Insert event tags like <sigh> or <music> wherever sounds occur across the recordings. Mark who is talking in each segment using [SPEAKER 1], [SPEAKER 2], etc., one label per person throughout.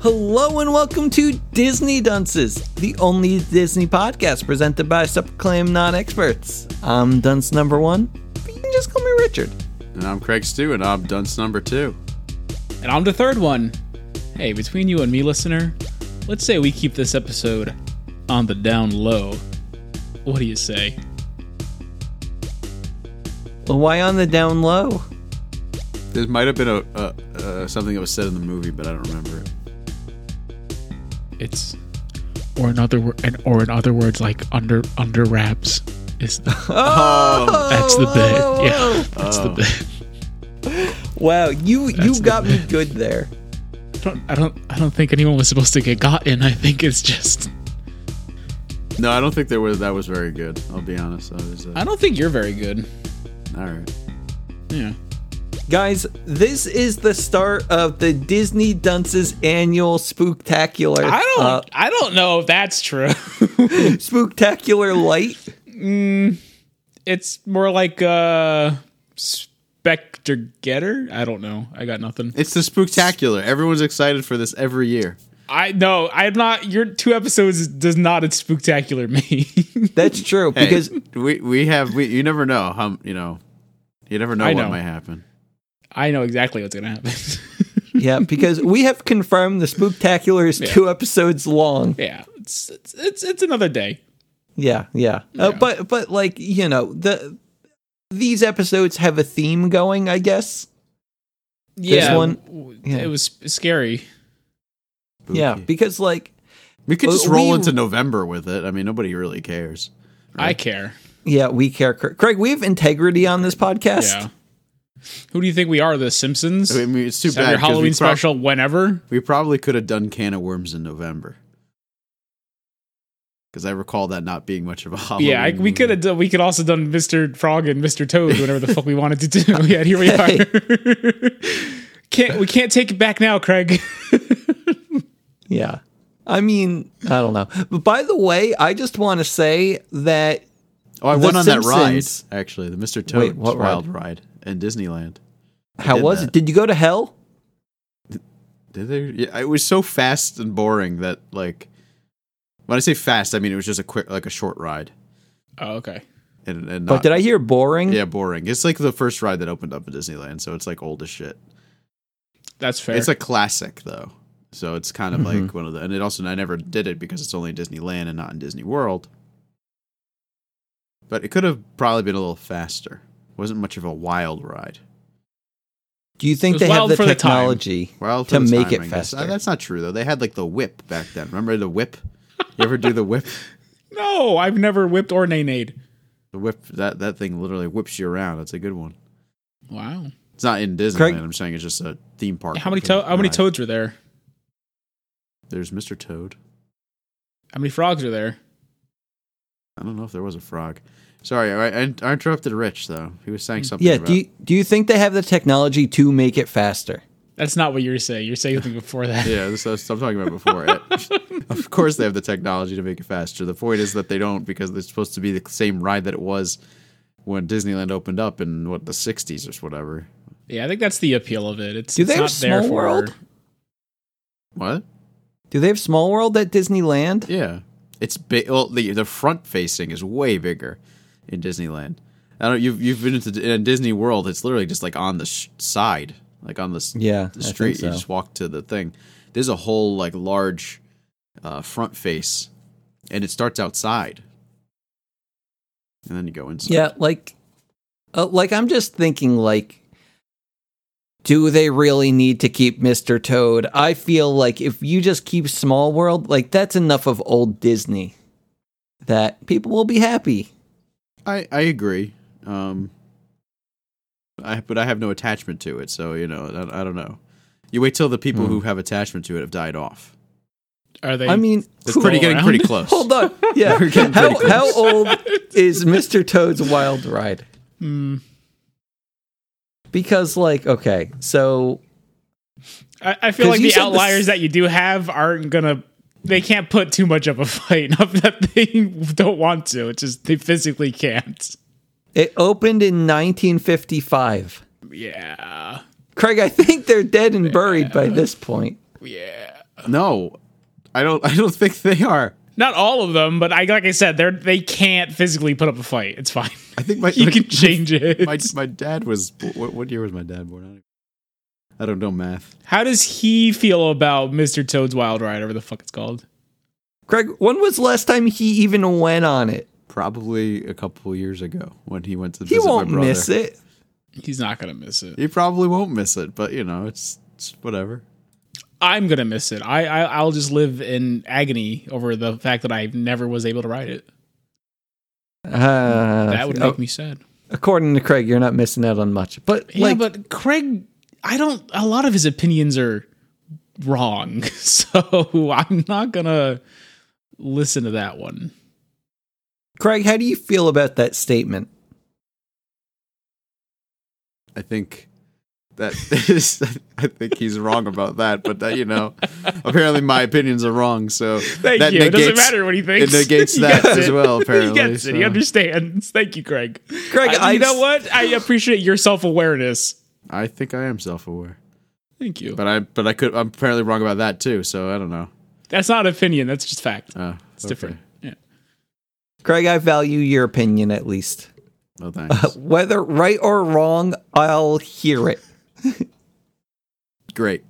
[SPEAKER 1] Hello and welcome to Disney Dunces, the only Disney podcast presented by self-acclaimed non-experts. I'm Dunce number one, but you can just call me Richard.
[SPEAKER 2] And I'm Craig Stew, and I'm dunce number two.
[SPEAKER 3] And I'm the third one. Hey, between you and me, listener, let's say we keep this episode on the down low. What do you say?
[SPEAKER 1] Well, why on the down low?
[SPEAKER 2] There might have been a, a, uh something that was said in the movie, but I don't remember it.
[SPEAKER 3] It's or in other wor- and or in other words, like under under wraps is
[SPEAKER 1] Oh,
[SPEAKER 3] <laughs> that's the
[SPEAKER 1] oh,
[SPEAKER 3] bit. Yeah, that's the bit.
[SPEAKER 1] Wow, you you
[SPEAKER 3] the
[SPEAKER 1] got me good there.
[SPEAKER 3] I don't, I don't I don't think anyone was supposed to get gotten. I think it's just
[SPEAKER 2] No, I don't think there was. That was very good. I'll be honest. I was. Uh,
[SPEAKER 3] I don't think you're very good.
[SPEAKER 2] all right.
[SPEAKER 3] Yeah.
[SPEAKER 1] Guys, this is the start of the Disney Dunces annual spooktacular.
[SPEAKER 3] I don't
[SPEAKER 1] uh,
[SPEAKER 3] I don't know if that's true. <laughs>
[SPEAKER 1] spooktacular light.
[SPEAKER 3] it's more like uh Spectre Getter. I don't know. I got nothing.
[SPEAKER 2] It's the spooktacular. Everyone's excited for this every year.
[SPEAKER 3] I no, I'm not your two episodes does not it's spectacular <laughs> me.
[SPEAKER 1] That's true
[SPEAKER 2] Hey,
[SPEAKER 1] because
[SPEAKER 2] we we have we. You never know how you know. You never know,
[SPEAKER 3] I know.
[SPEAKER 2] what might happen.
[SPEAKER 3] I know exactly what's gonna happen. <laughs>
[SPEAKER 1] yeah, because we have confirmed the spooktacular is two episodes long.
[SPEAKER 3] yeah. It's, it's it's it's another day.
[SPEAKER 1] Yeah, yeah. Uh,
[SPEAKER 3] Yeah.
[SPEAKER 1] but but like you know the these episodes have a theme going. I guess.
[SPEAKER 3] Yeah.
[SPEAKER 1] one-
[SPEAKER 3] w-
[SPEAKER 1] yeah.
[SPEAKER 3] It was sp- scary.
[SPEAKER 2] Spooky.
[SPEAKER 1] Yeah, because like
[SPEAKER 2] we
[SPEAKER 3] Uh,
[SPEAKER 2] could
[SPEAKER 1] Well,
[SPEAKER 2] just roll
[SPEAKER 1] we-
[SPEAKER 2] into November with it. I mean, nobody really cares.
[SPEAKER 3] I care.
[SPEAKER 2] <laughs>
[SPEAKER 1] yeah, we care. Cra- Craig, we have integrity on this podcast.
[SPEAKER 3] Yeah. Who do you think we are? The Simpsons?
[SPEAKER 2] I mean, it's too
[SPEAKER 3] Have
[SPEAKER 2] bad.
[SPEAKER 3] your
[SPEAKER 2] 'cause we
[SPEAKER 3] Halloween
[SPEAKER 2] prob-
[SPEAKER 3] special whenever.
[SPEAKER 2] We probably could have done can of worms in November. Because I recall that not being much of a Halloween.
[SPEAKER 3] yeah, I, we
[SPEAKER 2] movie.
[SPEAKER 3] could have done. We could also done Mr. Frog and Mr. Toad, whatever the fuck we wanted to do. <laughs> Yeah, and
[SPEAKER 2] <laughs>
[SPEAKER 3] here we are. <laughs> can't we can't take it back now, Craig? <laughs>
[SPEAKER 1] Yeah. I mean, I don't know. But by the way, I just want to say that
[SPEAKER 2] Oh, I
[SPEAKER 1] The
[SPEAKER 2] went on
[SPEAKER 1] Simpsons-
[SPEAKER 2] that ride actually, the Mr. Toad's
[SPEAKER 1] Wait, what
[SPEAKER 2] Wild Ride in Disneyland.
[SPEAKER 1] how
[SPEAKER 2] did
[SPEAKER 1] was
[SPEAKER 2] that.
[SPEAKER 1] it? Did you go to hell?
[SPEAKER 2] Did they? Yeah, it was so fast and boring that like, when I say fast, I mean it was just a quick, like a short ride,
[SPEAKER 3] oh, okay.
[SPEAKER 2] and, and
[SPEAKER 1] But
[SPEAKER 2] not,
[SPEAKER 1] did I hear boring?
[SPEAKER 2] yeah, boring. It's like the first ride that opened up at Disneyland, so it's like old as shit.
[SPEAKER 3] That's fair.
[SPEAKER 2] It's a classic though, so it's kind of like
[SPEAKER 1] Mm-hmm.
[SPEAKER 2] one of the. And it also I never did it because it's only in Disneyland and not in Disney World. But it could have probably been a little faster. wasn't much of a wild ride.
[SPEAKER 1] Do you think
[SPEAKER 3] It was
[SPEAKER 1] they have
[SPEAKER 3] wild
[SPEAKER 1] the
[SPEAKER 3] for the time.
[SPEAKER 1] technology
[SPEAKER 2] Well, for
[SPEAKER 1] to
[SPEAKER 2] the
[SPEAKER 1] make it
[SPEAKER 2] time, I guess.
[SPEAKER 1] faster?
[SPEAKER 2] Uh, that's not true though. They had like the whip back then. Remember the whip? You ever do the whip?
[SPEAKER 3] no, I've never whipped or nay-nayed.
[SPEAKER 2] The whip that that thing literally whips you around. That's a good one.
[SPEAKER 3] Wow.
[SPEAKER 2] It's not in Disneyland.
[SPEAKER 1] Craig-
[SPEAKER 2] I'm saying it's just a theme park.
[SPEAKER 3] How many
[SPEAKER 2] Kind
[SPEAKER 3] to-
[SPEAKER 2] of
[SPEAKER 3] how many
[SPEAKER 2] ride.
[SPEAKER 3] toads were there?
[SPEAKER 2] There's Mr. Toad.
[SPEAKER 3] How many frogs are there?
[SPEAKER 2] I don't know if there was a frog. Sorry, I, I, I interrupted Rich though. He was saying something.
[SPEAKER 1] yeah,
[SPEAKER 2] about,
[SPEAKER 1] do you, do you think they have the technology to make it faster?
[SPEAKER 3] That's not what you're saying. You're saying something before that.
[SPEAKER 2] yeah. This is what I'm talking about before. It- of course, they have the technology to make it faster. The point is that they don't because it's supposed to be the same ride that it was when Disneyland opened up in what the 60s or whatever.
[SPEAKER 3] <laughs> Yeah, I think that's the appeal of it. It's,
[SPEAKER 1] Do they
[SPEAKER 3] it's
[SPEAKER 1] have
[SPEAKER 3] not there
[SPEAKER 1] Small
[SPEAKER 3] for
[SPEAKER 1] World?
[SPEAKER 2] What?
[SPEAKER 1] Do they have Small World at Disneyland?
[SPEAKER 2] Yeah, it's big. Well, the the front facing is way bigger in Disneyland. I don't. You've you've been into in Disney World. It's literally just like on the sh- side, like on the, s-
[SPEAKER 1] Yeah,
[SPEAKER 2] the
[SPEAKER 1] I think
[SPEAKER 2] street. You
[SPEAKER 1] so.
[SPEAKER 2] just walk to the thing. There's a whole like large uh, front face, and it starts outside, and then you go inside.
[SPEAKER 1] Yeah, like, uh, like I'm just thinking like do they really need to keep Mr. Toad? I feel like if you just keep Small World, like that's enough of old Disney that people will be happy.
[SPEAKER 2] I I agree. Um, I but I have no attachment to it, so you know I, I don't know. You wait till the
[SPEAKER 1] Hmm.
[SPEAKER 2] people who have attachment to it have died off.
[SPEAKER 3] Are they?
[SPEAKER 1] I mean,
[SPEAKER 2] It's
[SPEAKER 1] who-
[SPEAKER 2] pretty getting
[SPEAKER 3] around?
[SPEAKER 2] pretty
[SPEAKER 3] <laughs>
[SPEAKER 1] <laughs>
[SPEAKER 2] close.
[SPEAKER 1] Hold on.
[SPEAKER 2] <laughs>
[SPEAKER 1] Yeah. how, how old is Mr. Toad's Wild Ride?
[SPEAKER 3] Hmm.
[SPEAKER 1] Because, like, okay, so
[SPEAKER 3] I, I feel
[SPEAKER 1] 'Cause
[SPEAKER 3] like
[SPEAKER 1] you
[SPEAKER 3] the
[SPEAKER 1] said the
[SPEAKER 3] outliers
[SPEAKER 1] s-
[SPEAKER 3] that you do have aren't gonna. They can't put too much of a <laughs> fight enough that they <laughs> don't want to. It's just they physically can't.
[SPEAKER 1] it opened in 1955.
[SPEAKER 3] Yeah,
[SPEAKER 1] Craig, I think they're dead and buried by this point.
[SPEAKER 3] yeah.
[SPEAKER 2] No, I don't. I don't think they are.
[SPEAKER 3] Not all of them, but I like I said, they're they can't physically put up a fight. It's fine. <laughs>
[SPEAKER 2] I think my
[SPEAKER 3] You
[SPEAKER 2] my,
[SPEAKER 3] can change it.
[SPEAKER 2] my my dad was. What, what year was my dad born? I don't know math.
[SPEAKER 3] How does he feel about Mr. Toad's Wild Ride, whatever the fuck it's called?
[SPEAKER 1] Craig, when was last time he even went on it?
[SPEAKER 2] Probably a couple years ago when he went to
[SPEAKER 1] He
[SPEAKER 2] visit
[SPEAKER 1] won't
[SPEAKER 2] my brother.
[SPEAKER 1] miss it.
[SPEAKER 3] He's not gonna miss it.
[SPEAKER 2] He probably won't miss it, but you know it's, it's whatever.
[SPEAKER 3] I'm gonna miss it. I, I I'll just live in agony over the fact that I never was able to ride it.
[SPEAKER 1] Uh,
[SPEAKER 3] That would
[SPEAKER 1] oh,
[SPEAKER 3] make me sad.
[SPEAKER 1] according to Craig, you're not missing out on much. But
[SPEAKER 3] yeah,
[SPEAKER 1] like,
[SPEAKER 3] but Craig, I don't. A lot of his opinions are wrong, <laughs> so I'm not gonna listen to that one.
[SPEAKER 1] Craig, how do you feel about that statement?
[SPEAKER 2] I think that <laughs> is, I think he's wrong about that, but that you know, apparently my opinions are wrong. So
[SPEAKER 3] Thank
[SPEAKER 2] that
[SPEAKER 3] you. it doesn't matter what he thinks.
[SPEAKER 2] It negates
[SPEAKER 3] <laughs> He
[SPEAKER 2] that
[SPEAKER 3] gets
[SPEAKER 2] as
[SPEAKER 3] it.
[SPEAKER 2] well. Apparently,
[SPEAKER 3] he gets it. He
[SPEAKER 2] so.
[SPEAKER 3] understands. Thank you, Craig.
[SPEAKER 1] Craig,
[SPEAKER 3] I-
[SPEAKER 1] I-
[SPEAKER 3] you know what?
[SPEAKER 1] <laughs>
[SPEAKER 3] I appreciate your self awareness.
[SPEAKER 2] I think I am self-aware,
[SPEAKER 3] Thank you.
[SPEAKER 2] but I but I could I'm apparently wrong about that too. So I don't know.
[SPEAKER 3] That's not opinion. That's just fact.
[SPEAKER 2] Uh,
[SPEAKER 3] It's different. Yeah.
[SPEAKER 1] Craig, I value your opinion at least.
[SPEAKER 2] Well,
[SPEAKER 1] <laughs>
[SPEAKER 2] thanks.
[SPEAKER 1] Whether right or wrong, I'll hear it.
[SPEAKER 2] Great.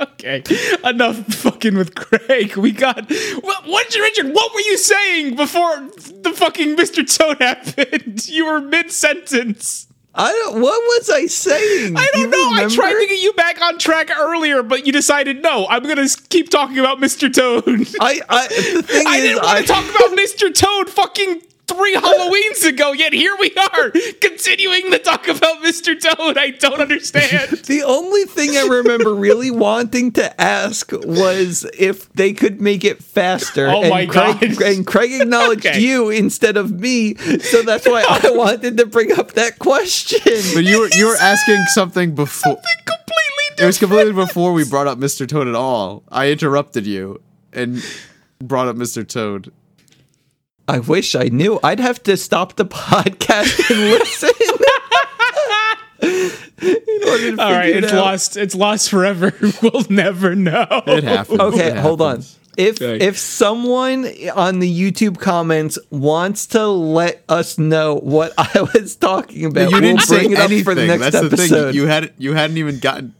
[SPEAKER 3] Okay. Enough fucking with Craig. We got. What, what, Richard? What were you saying before the fucking Mr. Toad happened? <laughs> You were mid sentence.
[SPEAKER 1] I don't. What was I saying?
[SPEAKER 3] I don't
[SPEAKER 1] You
[SPEAKER 3] know. I tried
[SPEAKER 1] remember?
[SPEAKER 3] to get you back on track earlier, but you decided no. I'm gonna s- keep talking about
[SPEAKER 1] <laughs>
[SPEAKER 3] Mr. Toad.
[SPEAKER 1] I, I the thing
[SPEAKER 3] I
[SPEAKER 1] is,
[SPEAKER 3] didn't
[SPEAKER 1] I
[SPEAKER 3] want to talk about Mr. Toad fucking three Halloweens ago, yet here we are continuing to talk about Mr. Toad. I
[SPEAKER 1] <laughs>
[SPEAKER 3] don't understand.
[SPEAKER 1] The only thing I
[SPEAKER 2] <laughs>
[SPEAKER 1] remember really wanting to ask was if they could make it faster.
[SPEAKER 3] Oh
[SPEAKER 1] and
[SPEAKER 3] my
[SPEAKER 1] Craig,
[SPEAKER 3] God.
[SPEAKER 1] And Craig
[SPEAKER 3] <laughs>
[SPEAKER 1] acknowledged
[SPEAKER 3] Okay.
[SPEAKER 1] you instead of me, so that's why
[SPEAKER 3] <laughs>
[SPEAKER 1] I wanted to bring up that question.
[SPEAKER 2] But you were you were asking something before.
[SPEAKER 3] completely
[SPEAKER 2] It was
[SPEAKER 3] different.
[SPEAKER 2] completely before we brought up Mr. Toad at all. I interrupted you and brought up Mr. Toad.
[SPEAKER 1] I wish I knew. I'd have to stop the podcast and
[SPEAKER 3] <laughs>
[SPEAKER 1] listen. <laughs> In order to
[SPEAKER 3] All right,
[SPEAKER 1] figure it
[SPEAKER 3] it's
[SPEAKER 1] out.
[SPEAKER 3] lost. It's lost forever. <laughs> we'll never know. <laughs>
[SPEAKER 2] It happened.
[SPEAKER 1] Okay,
[SPEAKER 2] It
[SPEAKER 1] hold on.
[SPEAKER 2] happens.
[SPEAKER 1] If
[SPEAKER 3] Okay.
[SPEAKER 1] if someone on the YouTube comments wants to let us know what <laughs> I was talking about,
[SPEAKER 2] You
[SPEAKER 1] we'll
[SPEAKER 2] didn't say
[SPEAKER 1] bring it
[SPEAKER 2] anything.
[SPEAKER 1] up for the next
[SPEAKER 2] That's
[SPEAKER 1] episode.
[SPEAKER 2] the thing. You had you hadn't even gotten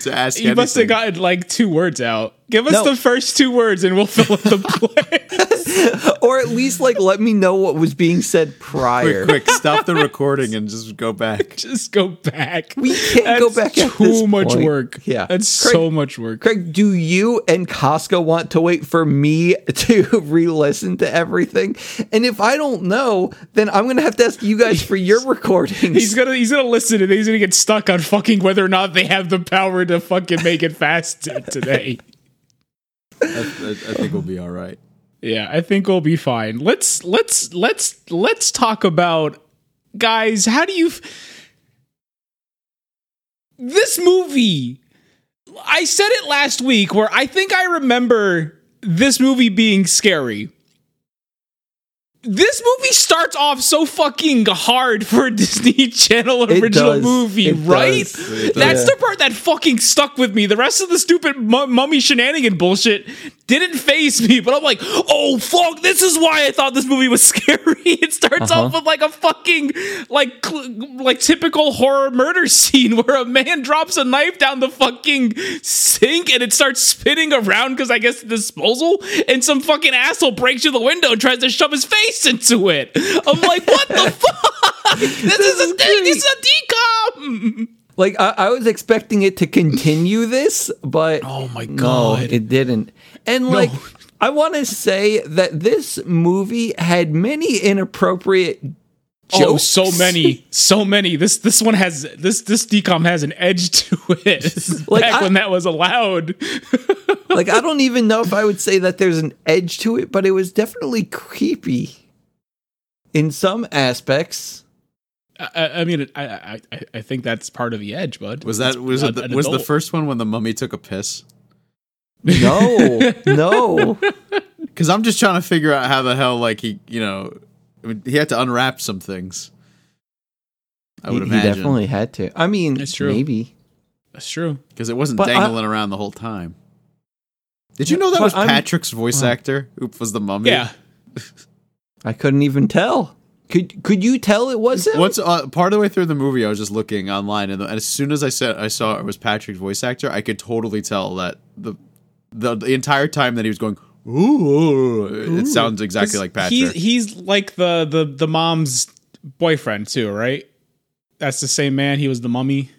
[SPEAKER 2] to ask.
[SPEAKER 3] You must have
[SPEAKER 2] anything.
[SPEAKER 3] gotten like two words out. Give us
[SPEAKER 1] No.
[SPEAKER 3] the first two words, and we'll fill
[SPEAKER 1] <laughs>
[SPEAKER 3] up the blank. <laughs>
[SPEAKER 1] or at least like let me know what was being said prior.
[SPEAKER 2] <laughs> Quick, quick, stop the recording and just go back.
[SPEAKER 3] Just go back.
[SPEAKER 1] We can't go back at
[SPEAKER 3] Too
[SPEAKER 1] this
[SPEAKER 3] much
[SPEAKER 1] point.
[SPEAKER 3] work.
[SPEAKER 1] Yeah.
[SPEAKER 3] that's
[SPEAKER 1] Craig-
[SPEAKER 3] so much work.
[SPEAKER 1] Craig, do you and Costco want to wait for me <laughs> to re-listen to everything? And if I don't know, then I'm gonna have to ask you guys for
[SPEAKER 2] <laughs>
[SPEAKER 1] your recordings.
[SPEAKER 3] He's gonna he's gonna listen and he's gonna get stuck on fucking whether or not they have the power to fucking make it fast t-
[SPEAKER 1] <laughs>
[SPEAKER 3] today.
[SPEAKER 2] I, I- I think we'll be all right.
[SPEAKER 3] Yeah, I think we'll be fine. Let's let's let's let's talk about guys. How do you? F- this movie. I said it last week where I think I remember this movie being scary. This movie starts off so fucking hard for <laughs> a Disney Channel
[SPEAKER 1] It
[SPEAKER 3] original
[SPEAKER 1] does.
[SPEAKER 3] movie,
[SPEAKER 1] It
[SPEAKER 3] right?
[SPEAKER 1] does.
[SPEAKER 2] It does.
[SPEAKER 3] That's the part that fucking stuck with me. The rest of the stupid mu- mummy shenanigan bullshit didn't face me, but I'm like, oh fuck, this is why I thought this movie was <laughs> scary. It starts off with like a fucking like cl- like typical horror murder <laughs> scene where a man drops a knife down the fucking sink and it starts spinning around because I guess the disposal and some fucking asshole breaks through the window and tries to shove his face into it. I'm like, what <laughs> the fuck? This, is,
[SPEAKER 1] is
[SPEAKER 3] a thing.
[SPEAKER 1] great.
[SPEAKER 3] This is a decom.
[SPEAKER 1] Like I, I was expecting it to continue this, but
[SPEAKER 3] Oh my
[SPEAKER 1] no,
[SPEAKER 3] god.
[SPEAKER 1] it didn't. And like I want to say that this movie had many inappropriate jokes.
[SPEAKER 3] Oh, so many, so many. This this one has this this decom has an edge to it. <laughs> This is
[SPEAKER 1] Like,
[SPEAKER 3] back
[SPEAKER 1] I-
[SPEAKER 3] when that was allowed. <laughs>
[SPEAKER 1] <laughs> like I don't even know if I would say that there's an edge to it, but it was definitely creepy in some aspects.
[SPEAKER 3] I- I, I mean, I, I I- I think that's part of the edge, bud.
[SPEAKER 2] Was that was
[SPEAKER 3] an-
[SPEAKER 2] it the,
[SPEAKER 3] an
[SPEAKER 2] was the
[SPEAKER 3] adult.
[SPEAKER 2] first one when the mummy took a piss?
[SPEAKER 3] <laughs>
[SPEAKER 1] No, no.
[SPEAKER 2] Because I'm just trying to figure out how the hell like he you know I mean, he had to unwrap some things. I would
[SPEAKER 1] he, he
[SPEAKER 2] imagine
[SPEAKER 1] definitely had to. I mean,
[SPEAKER 3] It's true.
[SPEAKER 1] maybe.
[SPEAKER 3] That's true.
[SPEAKER 2] because it wasn't
[SPEAKER 1] But I-
[SPEAKER 2] dangling around the whole time. Did you know that
[SPEAKER 1] but
[SPEAKER 2] was
[SPEAKER 1] I'm- Uh-huh.
[SPEAKER 2] Patrick's voice actor? who was the mummy.
[SPEAKER 3] Yeah,
[SPEAKER 1] I couldn't even tell. Could could you tell it was him?
[SPEAKER 2] Once uh, part of the way through the movie, I was just looking online, and, and as soon as I said I saw it was Patrick's voice actor, I could totally tell that the the, the entire time that he was going, ooh, it sounds exactly like Patrick.
[SPEAKER 3] He's he's like the the the mom's boyfriend too, right? That's the same man. He was the mummy.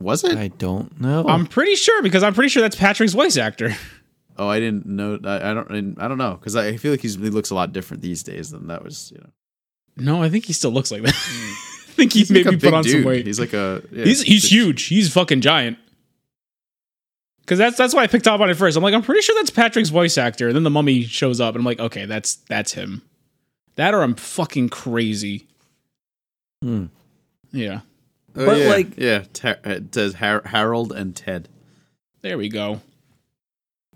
[SPEAKER 2] was it?
[SPEAKER 1] I don't know.
[SPEAKER 3] I'm pretty sure because I'm pretty sure that's Patrick's voice actor. <laughs>
[SPEAKER 2] oh, I didn't know. I, I don't. I didn't- I don't know because I feel like he's, he looks a lot different these days than that was. You know,
[SPEAKER 3] No, I think he still looks like that. <laughs> I think he
[SPEAKER 2] Hmm. he's like
[SPEAKER 3] maybe
[SPEAKER 2] a
[SPEAKER 3] put
[SPEAKER 2] big
[SPEAKER 3] on some
[SPEAKER 2] dude.
[SPEAKER 3] weight.
[SPEAKER 2] He's like a yeah,
[SPEAKER 3] he's he's huge. He's fucking giant. Cause that's that's why I picked up on it first. I'm like, I'm pretty sure that's Patrick's voice actor. And then the mummy shows up, and I'm like, okay, that's that's him. That or I'm fucking crazy.
[SPEAKER 1] Hmm.
[SPEAKER 3] Yeah,
[SPEAKER 2] Oh,
[SPEAKER 1] but,
[SPEAKER 2] yeah,
[SPEAKER 1] like-
[SPEAKER 2] yeah, Ter- uh, it says Har- Harold and Ted.
[SPEAKER 3] there we go.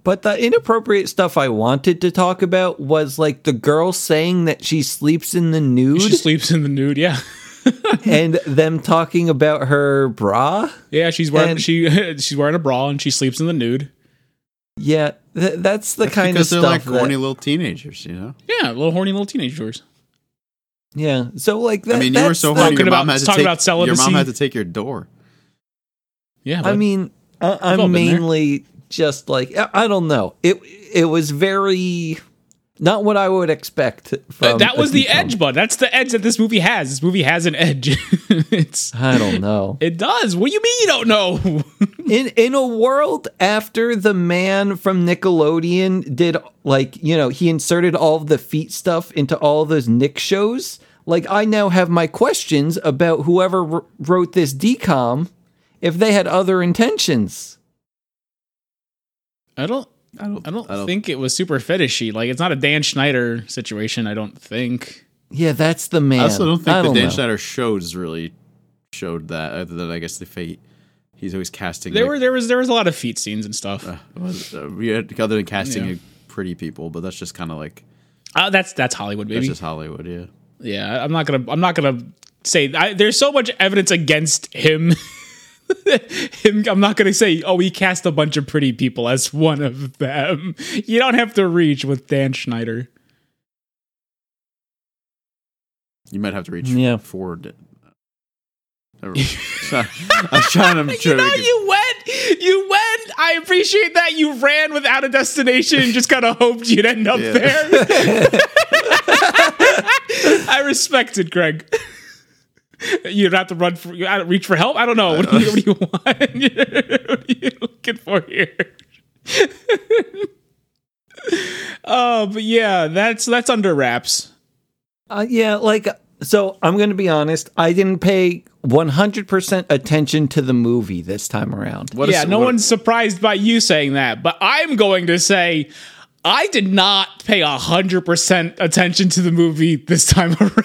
[SPEAKER 1] But the inappropriate stuff I wanted to talk about was like the girl saying that she sleeps in the nude
[SPEAKER 3] She sleeps in the nude. Yeah, <laughs>
[SPEAKER 1] and them talking about her bra.
[SPEAKER 3] yeah. She's wearing
[SPEAKER 1] And-
[SPEAKER 3] she <laughs> she's wearing a bra and she sleeps in the nude.
[SPEAKER 1] Yeah, th- that's the kind of
[SPEAKER 2] because
[SPEAKER 1] stuff.
[SPEAKER 2] they're like
[SPEAKER 1] that-
[SPEAKER 2] horny little teenagers. You know,
[SPEAKER 3] Yeah, little horny little teenagers.
[SPEAKER 1] yeah, so like that,
[SPEAKER 2] I mean, you were
[SPEAKER 1] that's
[SPEAKER 2] so
[SPEAKER 1] the-
[SPEAKER 2] horny. Your
[SPEAKER 3] Talking
[SPEAKER 2] mom
[SPEAKER 3] about-
[SPEAKER 2] had to
[SPEAKER 3] talking
[SPEAKER 2] take
[SPEAKER 3] about
[SPEAKER 2] your
[SPEAKER 3] celibacy.
[SPEAKER 2] mom had to take your door.
[SPEAKER 3] Yeah,
[SPEAKER 1] I
[SPEAKER 3] but-
[SPEAKER 1] mean, I-
[SPEAKER 3] I've all
[SPEAKER 1] I'm
[SPEAKER 3] been there.
[SPEAKER 1] mainly just like I-, I don't know. It it was very not what I would expect. From
[SPEAKER 3] Uh, that
[SPEAKER 1] um, a
[SPEAKER 3] was the
[SPEAKER 1] decom.
[SPEAKER 3] edge, bud. That's the edge that this movie has. This movie has an edge. <laughs> it's
[SPEAKER 1] I don't know.
[SPEAKER 3] it does. What do you mean you don't know? <laughs>
[SPEAKER 1] in in a world after the man from Nickelodeon did like you know he inserted all of the feet stuff into all those Nick shows. Like I now have my questions about whoever wr- wrote this decom, if they had other intentions.
[SPEAKER 3] I don't. I
[SPEAKER 2] don't-
[SPEAKER 3] don't. I don't,
[SPEAKER 2] I don't-
[SPEAKER 3] think it was super fetishy. Like it's not a Dan Schneider situation. I don't think.
[SPEAKER 1] Yeah, that's the man.
[SPEAKER 2] I also don't think
[SPEAKER 1] I
[SPEAKER 2] the Dan
[SPEAKER 1] know.
[SPEAKER 2] Schneider shows really showed that, other than I guess the fate. He's always casting.
[SPEAKER 3] There
[SPEAKER 2] like,
[SPEAKER 3] were there was there was a lot of feet scenes and stuff. Uh,
[SPEAKER 2] was- uh, we had- other than casting
[SPEAKER 3] Yeah.
[SPEAKER 2] pretty people, but that's just kind of like
[SPEAKER 3] Uh, that's that's Hollywood,
[SPEAKER 2] that's
[SPEAKER 3] baby.
[SPEAKER 2] just Hollywood. Yeah,
[SPEAKER 3] yeah, I'm not gonna I'm not gonna say I, there's so much evidence against him. <laughs> him. I'm not gonna say oh he cast a bunch of pretty people as one of them. You don't have to reach with Dan Schneider.
[SPEAKER 2] you might have to reach Oh,
[SPEAKER 1] Yeah.
[SPEAKER 3] <laughs>
[SPEAKER 2] forward. Never mind. I'm trying to.
[SPEAKER 3] <laughs> You know, you went, you went. I appreciate that you ran without a destination and just kind of hoped you'd end up
[SPEAKER 2] Yeah.
[SPEAKER 3] there.
[SPEAKER 2] <laughs>
[SPEAKER 3] I respect it, Greg. You'd have to run for, you gotta reach for help. I don't know. What do you, what do you want? <laughs> what are you looking for here? <laughs> Oh, but yeah, that's that's under wraps.
[SPEAKER 1] Uh, yeah, like so. I'm going to be honest. I didn't pay 100 percent attention to the movie this time around.
[SPEAKER 2] what
[SPEAKER 3] yeah,
[SPEAKER 2] a-
[SPEAKER 3] no
[SPEAKER 2] what a-
[SPEAKER 3] one's surprised by you saying that, but I'm going to say I did not pay 100% attention to the movie this time <laughs> around.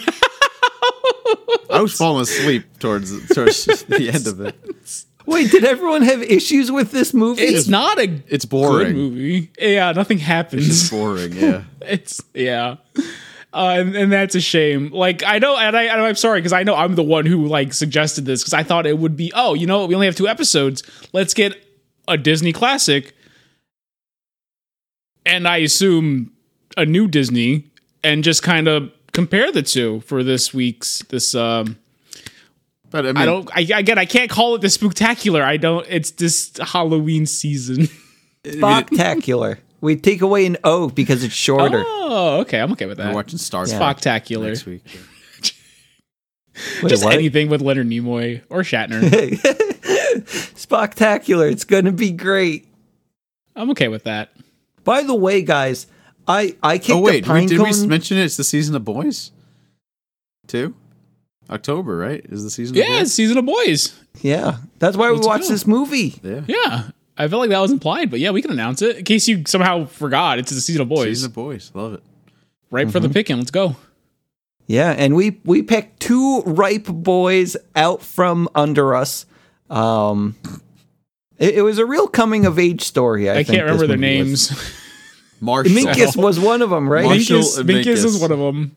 [SPEAKER 2] I was falling asleep towards
[SPEAKER 3] <laughs>
[SPEAKER 2] towards the end of it.
[SPEAKER 1] Wait, did everyone have issues with this movie?
[SPEAKER 3] It's not a
[SPEAKER 2] It's
[SPEAKER 3] good
[SPEAKER 2] boring.
[SPEAKER 3] movie. Yeah, nothing
[SPEAKER 2] It's
[SPEAKER 3] happens.
[SPEAKER 2] boring. Yeah.
[SPEAKER 3] It's yeah. Uh, and, and that's a shame. Like I know, and I, and I'm sorry because I know I'm the one who like suggested this because I thought it would be oh you know we only have two episodes let's get a Disney classic and I assume a new Disney, and just kind of compare the two for this week's this. um
[SPEAKER 2] But I mean,
[SPEAKER 3] I don't. I, again, I can't call it the spectacular. I don't. It's this Halloween season.
[SPEAKER 1] Spectacular. We take away an O because it's shorter.
[SPEAKER 3] oh, okay. I'm okay with
[SPEAKER 2] we're
[SPEAKER 3] that.
[SPEAKER 2] watching Star Fox
[SPEAKER 3] Spectacular.
[SPEAKER 2] next week.
[SPEAKER 1] Wait,
[SPEAKER 3] just
[SPEAKER 1] what?
[SPEAKER 3] anything with Leonard Nimoy or
[SPEAKER 2] <laughs>
[SPEAKER 3] Shatner.
[SPEAKER 1] <laughs> Spectacular. It's going to be great.
[SPEAKER 3] I'm okay with that.
[SPEAKER 2] Mm-hmm.
[SPEAKER 1] By the way, guys, I I kicked
[SPEAKER 2] Oh wait,
[SPEAKER 1] a
[SPEAKER 2] did we,
[SPEAKER 1] pine
[SPEAKER 2] did
[SPEAKER 1] cone.
[SPEAKER 2] we mention it's the season of boys? Too. October, right? Is the season?
[SPEAKER 3] Yeah,
[SPEAKER 2] Of
[SPEAKER 3] it's season of boys.
[SPEAKER 1] yeah, that's why we
[SPEAKER 3] Let's
[SPEAKER 1] watched
[SPEAKER 3] go.
[SPEAKER 1] this movie.
[SPEAKER 2] boys? Yeah.
[SPEAKER 3] Yeah, I felt like that was implied, but yeah, we can announce it in case you somehow forgot. It's the season of boys.
[SPEAKER 2] Season of Mm-hmm. boys. Love it.
[SPEAKER 3] right for the picking. Let's go.
[SPEAKER 1] Yeah, and we we picked two ripe boys out from under us. Um, it, it was a real coming of age story. I,
[SPEAKER 3] I
[SPEAKER 1] think
[SPEAKER 3] can't remember
[SPEAKER 1] this
[SPEAKER 3] their
[SPEAKER 1] movie was.
[SPEAKER 3] names.
[SPEAKER 2] <laughs> Marshall.
[SPEAKER 3] <laughs>
[SPEAKER 1] Minkus was one of them, right?
[SPEAKER 2] Marshall.
[SPEAKER 3] Minkus,
[SPEAKER 2] and
[SPEAKER 3] Minkus is
[SPEAKER 2] Minkus.
[SPEAKER 3] one of them.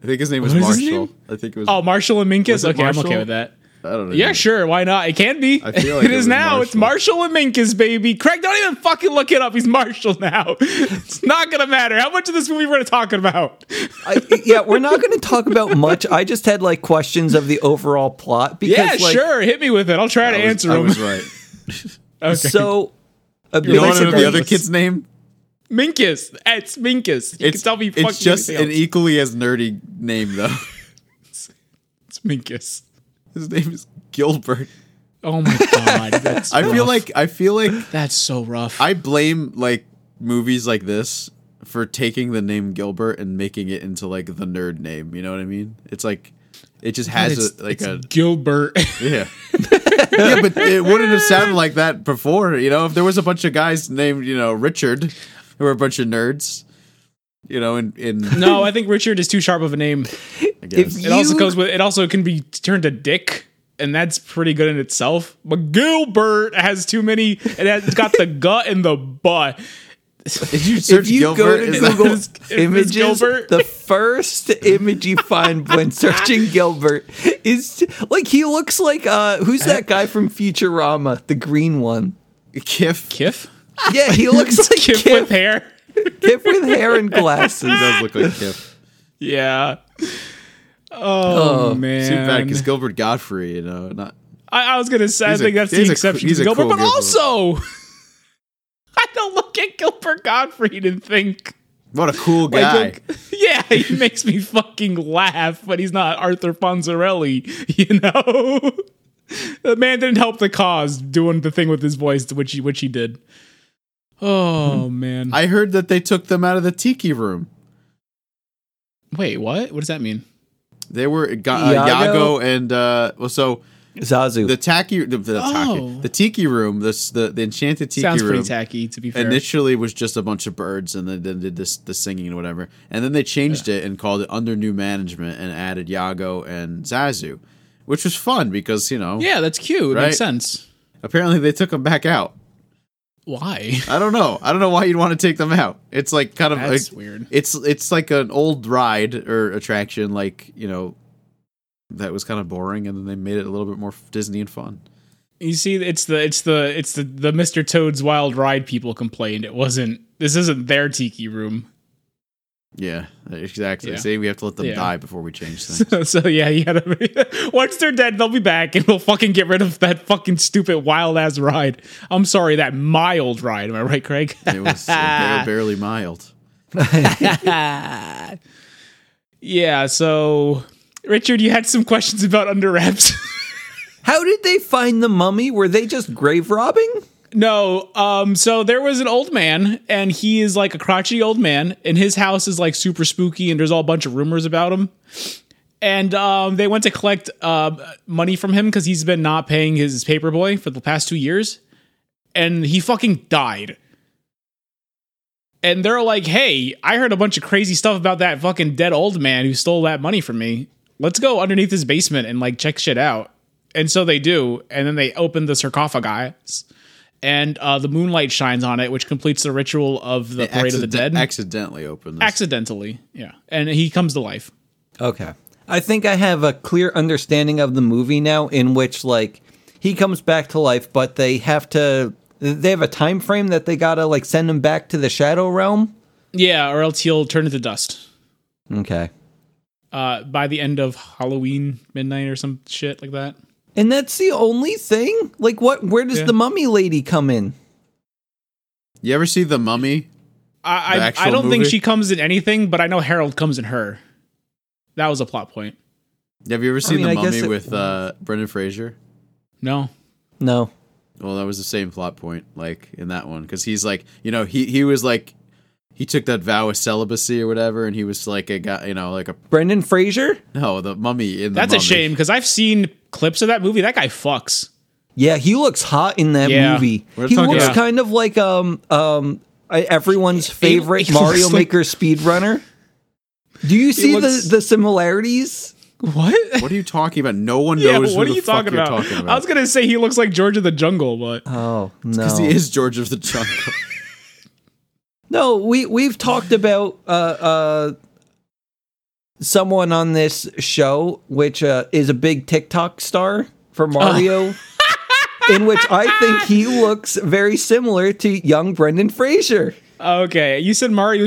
[SPEAKER 2] I think his name was
[SPEAKER 3] What is
[SPEAKER 2] Marshall.
[SPEAKER 3] his name?
[SPEAKER 2] I think it was.
[SPEAKER 3] Oh, Marshall and Minkus.
[SPEAKER 2] Was it
[SPEAKER 3] Okay, I'm okay
[SPEAKER 2] Marshall?
[SPEAKER 3] with that.
[SPEAKER 2] I don't know.
[SPEAKER 3] Yeah, sure. Why not? It can be.
[SPEAKER 2] I feel like
[SPEAKER 3] <laughs>
[SPEAKER 2] it
[SPEAKER 3] it is
[SPEAKER 2] was
[SPEAKER 3] now. It's Marshall and Minkus, baby. Craig, don't even fucking look it up. He's Marshall now. <laughs> It's not gonna matter how much of this movie we're talking about. <laughs>
[SPEAKER 1] I, yeah, we're not going to talk about much. I just had like questions of the overall plot because,
[SPEAKER 3] Yeah,
[SPEAKER 1] like,
[SPEAKER 3] sure. Hit me with it. I'll try to
[SPEAKER 2] I was,
[SPEAKER 3] answer
[SPEAKER 2] I
[SPEAKER 3] him.
[SPEAKER 2] was
[SPEAKER 3] <laughs>
[SPEAKER 2] right.
[SPEAKER 1] So, a
[SPEAKER 2] You
[SPEAKER 1] big
[SPEAKER 2] don't want to know the
[SPEAKER 1] surprise-
[SPEAKER 2] other kid's name?
[SPEAKER 3] Minkus. It's Minkus. You
[SPEAKER 2] It's
[SPEAKER 3] can tell me.
[SPEAKER 2] It's
[SPEAKER 3] fucking
[SPEAKER 2] just
[SPEAKER 3] anything
[SPEAKER 2] an e-
[SPEAKER 3] else.
[SPEAKER 2] equally as nerdy name though. <laughs>
[SPEAKER 3] It's Minkus.
[SPEAKER 2] His name is Gilbert.
[SPEAKER 3] Oh my
[SPEAKER 2] <laughs>
[SPEAKER 3] god, that's
[SPEAKER 2] I feel like I feel like
[SPEAKER 3] that's so rough.
[SPEAKER 2] I blame like movies like this for taking the name Gilbert and making it into like the nerd name. You know what I mean? It's like it just has
[SPEAKER 3] it's,
[SPEAKER 2] a, like
[SPEAKER 3] it's
[SPEAKER 2] a
[SPEAKER 3] Gilbert. <laughs>
[SPEAKER 2] yeah. <laughs> yeah, but it wouldn't have sounded like that before. You know, if there was a bunch of guys named you know Richard, who were a bunch of nerds. You know, in in
[SPEAKER 3] No, I think Richard is too sharp of a name.
[SPEAKER 2] I guess.
[SPEAKER 3] It also
[SPEAKER 1] You-
[SPEAKER 3] goes with. It also can be turned to Dick, and that's pretty good in itself. But Gilbert has too many. It has
[SPEAKER 2] <laughs>
[SPEAKER 3] it's got the gut and the butt.
[SPEAKER 2] Did you search
[SPEAKER 1] If you
[SPEAKER 2] Gilbert?
[SPEAKER 1] go to
[SPEAKER 2] <laughs> is that-
[SPEAKER 1] Google
[SPEAKER 3] is- is
[SPEAKER 1] Images,
[SPEAKER 3] Gilbert?
[SPEAKER 1] the first image you find
[SPEAKER 2] <laughs>
[SPEAKER 1] when searching Gilbert is like he looks like uh who's that guy from Futurama, the green one?
[SPEAKER 2] Kif?
[SPEAKER 3] <laughs> Kiff.
[SPEAKER 1] Yeah, he
[SPEAKER 2] <laughs>
[SPEAKER 1] looks like
[SPEAKER 3] Kiff,
[SPEAKER 1] Kip,
[SPEAKER 3] with hair.
[SPEAKER 1] Kip with hair and glasses.
[SPEAKER 2] He does look like Kif.
[SPEAKER 3] Yeah. Oh,
[SPEAKER 2] Too bad
[SPEAKER 3] man.
[SPEAKER 2] because Gilbert Godfrey, you know, not
[SPEAKER 3] I, I was gonna say. I
[SPEAKER 2] He's a-
[SPEAKER 3] think that's the
[SPEAKER 2] he's a-
[SPEAKER 3] exception
[SPEAKER 2] he's
[SPEAKER 3] to
[SPEAKER 2] a
[SPEAKER 3] Gilbert,
[SPEAKER 2] cool
[SPEAKER 3] but
[SPEAKER 2] Gilbert.
[SPEAKER 3] also, <laughs> I don't look at Gilbert Gottfried and think.
[SPEAKER 2] what a cool
[SPEAKER 3] Like,
[SPEAKER 2] guy.
[SPEAKER 3] like, <laughs> yeah,
[SPEAKER 2] <laughs>
[SPEAKER 3] he makes me fucking laugh, but he's not Arthur Ponzarelli, <laughs> you know. the man didn't help the cause doing the thing with his voice, which he which he did. Oh man!
[SPEAKER 2] Mm-hmm. I heard that they took them out of the tiki room.
[SPEAKER 3] Wait, what? What does that mean?
[SPEAKER 2] They were Ga- uh,
[SPEAKER 1] Iago?
[SPEAKER 2] Yago and uh, well, so
[SPEAKER 1] Zazu.
[SPEAKER 2] <laughs> the tacky the, the, taki-
[SPEAKER 3] Oh.
[SPEAKER 2] the tiki room, this the, the enchanted tiki
[SPEAKER 3] Sounds
[SPEAKER 2] room
[SPEAKER 3] pretty tacky, to be fair.
[SPEAKER 2] initially was just a bunch of birds, and then they did this the singing and whatever, and then they changed it and called it under new management and added Yago and Zazu, which was fun because you know
[SPEAKER 3] yeah, that's cute. It
[SPEAKER 2] Right?
[SPEAKER 3] Makes sense.
[SPEAKER 2] apparently they took them back out.
[SPEAKER 3] Why?
[SPEAKER 2] I don't know. I don't know why you'd want to take them out. It's like kind of
[SPEAKER 3] That's
[SPEAKER 2] like-
[SPEAKER 3] weird.
[SPEAKER 2] It's it's like an old ride or attraction, like you know, that was kind of boring, and then they made it a little bit more Disney and fun.
[SPEAKER 3] You see, it's the it's the it's the the Mr. Toad's Wild Ride people complained. It wasn't. This isn't their tiki room. <laughs>
[SPEAKER 2] Yeah, exactly.
[SPEAKER 3] Yeah.
[SPEAKER 2] See, we have to let them
[SPEAKER 3] Yeah.
[SPEAKER 2] die before we change things.
[SPEAKER 3] So, so yeah, you gotta. <laughs> once they're dead, they'll be back, and we'll fucking get rid of that fucking stupid wild ass ride. I'm sorry, that mild ride. Am I right, Craig? <laughs>
[SPEAKER 2] it was bar- barely mild.
[SPEAKER 3] yeah. So, Richard, you had some questions about under wraps. <laughs>
[SPEAKER 1] How did they find the mummy? Were they just grave robbing?
[SPEAKER 3] No, um, so there was an old man, and he is like a crotchety old man, and his house is like super spooky, and there's all a bunch of rumors about him. And um, they went to collect uh, money from him because he's been not paying his paperboy for the past two years, and he fucking died. And they're like, "Hey, I heard a bunch of crazy stuff about that fucking dead old man who stole that money from me. Let's go underneath his basement and like check shit out." And so they do, and then they open the sarcophagus and uh, the moonlight shines on it, which completes the ritual of the parade of the
[SPEAKER 2] Accident-
[SPEAKER 3] dead.
[SPEAKER 2] accidentally opened. This.
[SPEAKER 3] Accidentally, yeah, and he comes to life.
[SPEAKER 1] Okay. I think I have a clear understanding of the movie now in which like he comes back to life but they have to they have a time frame that they gotta like send him back to the shadow realm.
[SPEAKER 3] Yeah, or else he'll turn into dust
[SPEAKER 1] Okay.
[SPEAKER 3] uh, by the end of Halloween midnight or some shit like that.
[SPEAKER 1] And that's the only thing? Like what where does
[SPEAKER 3] Yeah.
[SPEAKER 1] the mummy lady come in?
[SPEAKER 2] You ever see The Mummy? The
[SPEAKER 3] I I,
[SPEAKER 2] actual
[SPEAKER 3] I don't think
[SPEAKER 2] movie?
[SPEAKER 3] she comes in anything, but I know Harold comes in her. That was a plot point.
[SPEAKER 2] Have you ever seen
[SPEAKER 1] mean, I
[SPEAKER 2] The
[SPEAKER 1] guess
[SPEAKER 2] Mummy
[SPEAKER 1] it-
[SPEAKER 2] with uh, Brendan Fraser?
[SPEAKER 3] No.
[SPEAKER 1] No.
[SPEAKER 2] Well, that was the same plot point, like in that one, because he's like, you know, he he was like, he took that vow of celibacy or whatever, and he was like a guy, you know, like a
[SPEAKER 1] Brendan Fraser?
[SPEAKER 2] no, the mummy in the
[SPEAKER 3] That's a
[SPEAKER 2] Mummy.
[SPEAKER 3] shame because I've seen clips of that movie. That guy fucks.
[SPEAKER 1] Yeah, he looks hot in that
[SPEAKER 3] Yeah.
[SPEAKER 1] movie.
[SPEAKER 2] We're
[SPEAKER 1] he
[SPEAKER 2] talking-
[SPEAKER 1] looks
[SPEAKER 3] Yeah.
[SPEAKER 1] kind of like um um I- everyone's favorite
[SPEAKER 3] he
[SPEAKER 1] Mario
[SPEAKER 3] looks like-
[SPEAKER 1] Maker speedrunner. Do you see
[SPEAKER 3] looks-
[SPEAKER 1] the the similarities?
[SPEAKER 3] <laughs> What?
[SPEAKER 2] What are you talking about? No one
[SPEAKER 3] Yeah,
[SPEAKER 2] knows
[SPEAKER 3] what
[SPEAKER 2] who the
[SPEAKER 3] are you
[SPEAKER 2] fuck
[SPEAKER 3] talking
[SPEAKER 2] you're
[SPEAKER 3] about?
[SPEAKER 2] talking about.
[SPEAKER 3] I was gonna say he looks like George of the Jungle, but
[SPEAKER 1] Oh no.
[SPEAKER 2] Because he is George of the Jungle.
[SPEAKER 1] No, we we've talked about uh, uh, someone on this show, which uh, is a big TikTok star for
[SPEAKER 2] Uh. <laughs>
[SPEAKER 1] Mario, in which I think he looks very similar to young Brendan Fraser.
[SPEAKER 3] okay. You said Mario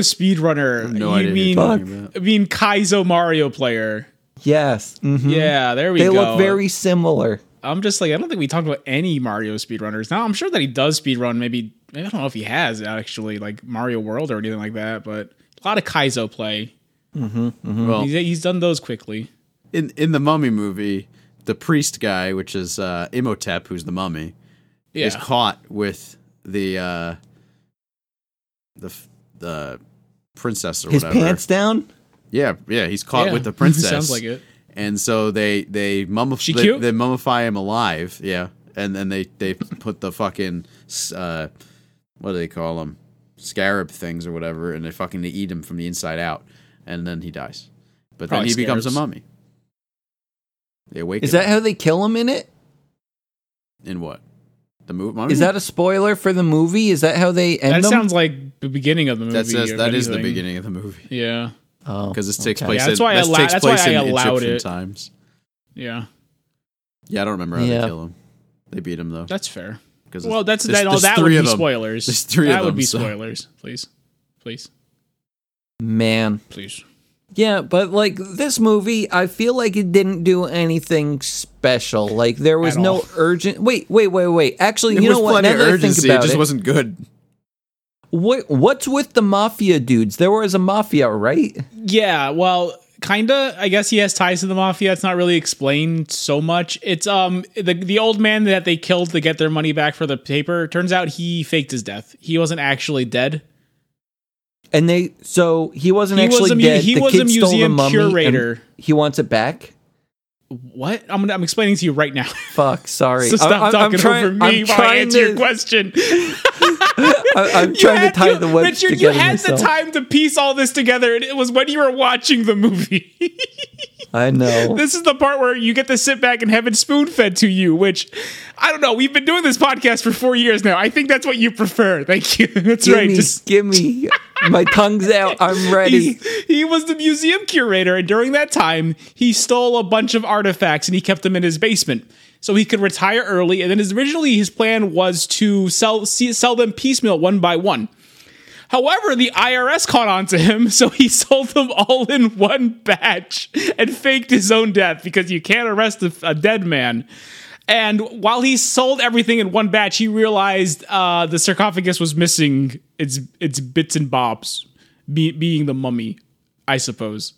[SPEAKER 2] <laughs>
[SPEAKER 3] speedrunner.
[SPEAKER 2] no
[SPEAKER 3] you
[SPEAKER 2] idea who
[SPEAKER 3] mean
[SPEAKER 2] you're talking about.
[SPEAKER 3] I mean Kaizo Mario player.
[SPEAKER 1] Yes, mhm.
[SPEAKER 2] Hmm?
[SPEAKER 3] Yeah, there we
[SPEAKER 1] they
[SPEAKER 3] go.
[SPEAKER 1] look very similar.
[SPEAKER 3] I'm just like I don't think we talked about any Mario speedrunners. Now I'm sure that he does speedrun. Maybe I don't know if he has actually like Mario World or anything like that. But a lot of Kaizo play.
[SPEAKER 2] Well,
[SPEAKER 3] Mm-hmm. He's, he's done those quickly.
[SPEAKER 2] in in the Mummy movie, the priest guy, which is uh, Imhotep, who's the mummy,
[SPEAKER 3] Yeah,
[SPEAKER 2] is caught with the uh, the f- the princess or
[SPEAKER 1] His
[SPEAKER 2] whatever.
[SPEAKER 1] pants down.
[SPEAKER 2] Yeah, yeah, he's caught
[SPEAKER 3] Yeah.
[SPEAKER 2] with the princess.
[SPEAKER 3] Sounds like <laughs> it.
[SPEAKER 2] And so they they mummify
[SPEAKER 3] She
[SPEAKER 2] they,
[SPEAKER 3] cute?
[SPEAKER 2] they mummify him alive. Yeah, and then they they put the fucking uh, what do they call them scarab things or whatever, and they fucking they eat him from the inside out, and then he dies. But then
[SPEAKER 3] Probably
[SPEAKER 2] he becomes a
[SPEAKER 3] scarabs.
[SPEAKER 2] mummy. They awaken.
[SPEAKER 1] Is that how they kill him in it?
[SPEAKER 2] in what the movie? Mummy?
[SPEAKER 1] Is that a spoiler for the movie? Is that how they end
[SPEAKER 3] that
[SPEAKER 1] them?
[SPEAKER 3] sounds like the beginning of the movie.
[SPEAKER 2] that says
[SPEAKER 3] if
[SPEAKER 2] that is the
[SPEAKER 3] anything.
[SPEAKER 2] beginning of the movie
[SPEAKER 3] Yeah,
[SPEAKER 1] oh,
[SPEAKER 2] because this takes
[SPEAKER 1] okay.
[SPEAKER 2] place.
[SPEAKER 3] Yeah, that's
[SPEAKER 2] in,
[SPEAKER 3] why I
[SPEAKER 2] this
[SPEAKER 3] allow-
[SPEAKER 2] takes
[SPEAKER 3] that's
[SPEAKER 2] place
[SPEAKER 3] why I
[SPEAKER 2] in
[SPEAKER 3] allowed
[SPEAKER 2] Egyptian
[SPEAKER 3] it.
[SPEAKER 2] times.
[SPEAKER 3] yeah,
[SPEAKER 2] Yeah, I don't remember how
[SPEAKER 1] Yeah.
[SPEAKER 2] they kill him. They beat him though.
[SPEAKER 3] that's fair.
[SPEAKER 2] 'cause
[SPEAKER 3] Well, that's
[SPEAKER 2] there's-
[SPEAKER 3] that. All
[SPEAKER 2] there's
[SPEAKER 3] that would
[SPEAKER 2] three
[SPEAKER 3] be
[SPEAKER 2] of them.
[SPEAKER 3] spoilers.
[SPEAKER 2] There's three
[SPEAKER 3] that
[SPEAKER 2] of
[SPEAKER 3] would
[SPEAKER 2] them,
[SPEAKER 3] be
[SPEAKER 2] so-
[SPEAKER 3] spoilers. Please, please,
[SPEAKER 1] Man,
[SPEAKER 3] please.
[SPEAKER 1] Yeah, but like this movie, I feel like it didn't do anything special. Like there was
[SPEAKER 3] At
[SPEAKER 1] no
[SPEAKER 3] all.
[SPEAKER 1] urgent. Wait, wait, wait, wait. Actually,
[SPEAKER 2] There
[SPEAKER 1] you know
[SPEAKER 2] was
[SPEAKER 1] what?
[SPEAKER 2] plenty
[SPEAKER 1] Now
[SPEAKER 2] of
[SPEAKER 1] that I think
[SPEAKER 2] urgency,
[SPEAKER 1] about
[SPEAKER 2] it just
[SPEAKER 1] it,
[SPEAKER 2] wasn't good.
[SPEAKER 1] what what's with the mafia dudes? There was a mafia, right?
[SPEAKER 3] Yeah, well, kinda. I guess he has ties to the mafia. It's not really explained so much. It's um the the old man that they killed to get their money back for the paper. Turns out he faked his death. He wasn't actually dead.
[SPEAKER 1] And they so he wasn't
[SPEAKER 3] He was
[SPEAKER 1] actually
[SPEAKER 3] a mu-
[SPEAKER 1] dead.
[SPEAKER 3] he
[SPEAKER 1] the
[SPEAKER 3] was
[SPEAKER 1] kid
[SPEAKER 3] a
[SPEAKER 1] stole the
[SPEAKER 3] museum
[SPEAKER 1] mummy and
[SPEAKER 3] curator.
[SPEAKER 1] He wants it back.
[SPEAKER 3] What? I'm gonna, I'm explaining to you right now. <laughs>
[SPEAKER 1] Fuck, sorry.
[SPEAKER 3] so stop
[SPEAKER 1] I, am
[SPEAKER 3] talking
[SPEAKER 1] trying,
[SPEAKER 3] over me
[SPEAKER 1] I'm
[SPEAKER 3] while I
[SPEAKER 1] trying
[SPEAKER 3] answer your
[SPEAKER 1] to, <laughs>
[SPEAKER 3] question.
[SPEAKER 1] I, am
[SPEAKER 3] You
[SPEAKER 1] trying
[SPEAKER 3] had-
[SPEAKER 1] to tie
[SPEAKER 3] you-
[SPEAKER 1] the webs
[SPEAKER 3] Richard,
[SPEAKER 1] together
[SPEAKER 3] you had
[SPEAKER 1] myself.
[SPEAKER 3] the time to piece all this together, and it was when you were watching the movie. <laughs>
[SPEAKER 1] I know.
[SPEAKER 3] this is the part where you get to sit back and have it spoon fed to you, which I don't know. We've been doing this podcast for four years now. I think that's what you prefer. Thank you. <laughs> That's
[SPEAKER 1] give
[SPEAKER 3] right.
[SPEAKER 1] me,
[SPEAKER 3] Just
[SPEAKER 1] give me. My tongue's out. I'm ready.
[SPEAKER 3] he's- <laughs> he was the museum curator, and during that time, he stole a bunch of artifacts and he kept them in his basement so he could retire early. And then his, originally, his plan was to sell see, sell them piecemeal one by one. However, the IRS caught on to him, so he <laughs> sold them all in one batch and faked his own death because you can't arrest a, a dead man. And while he sold everything in one batch, he realized uh, the sarcophagus was missing its its bits and bobs, be, being the mummy, I suppose.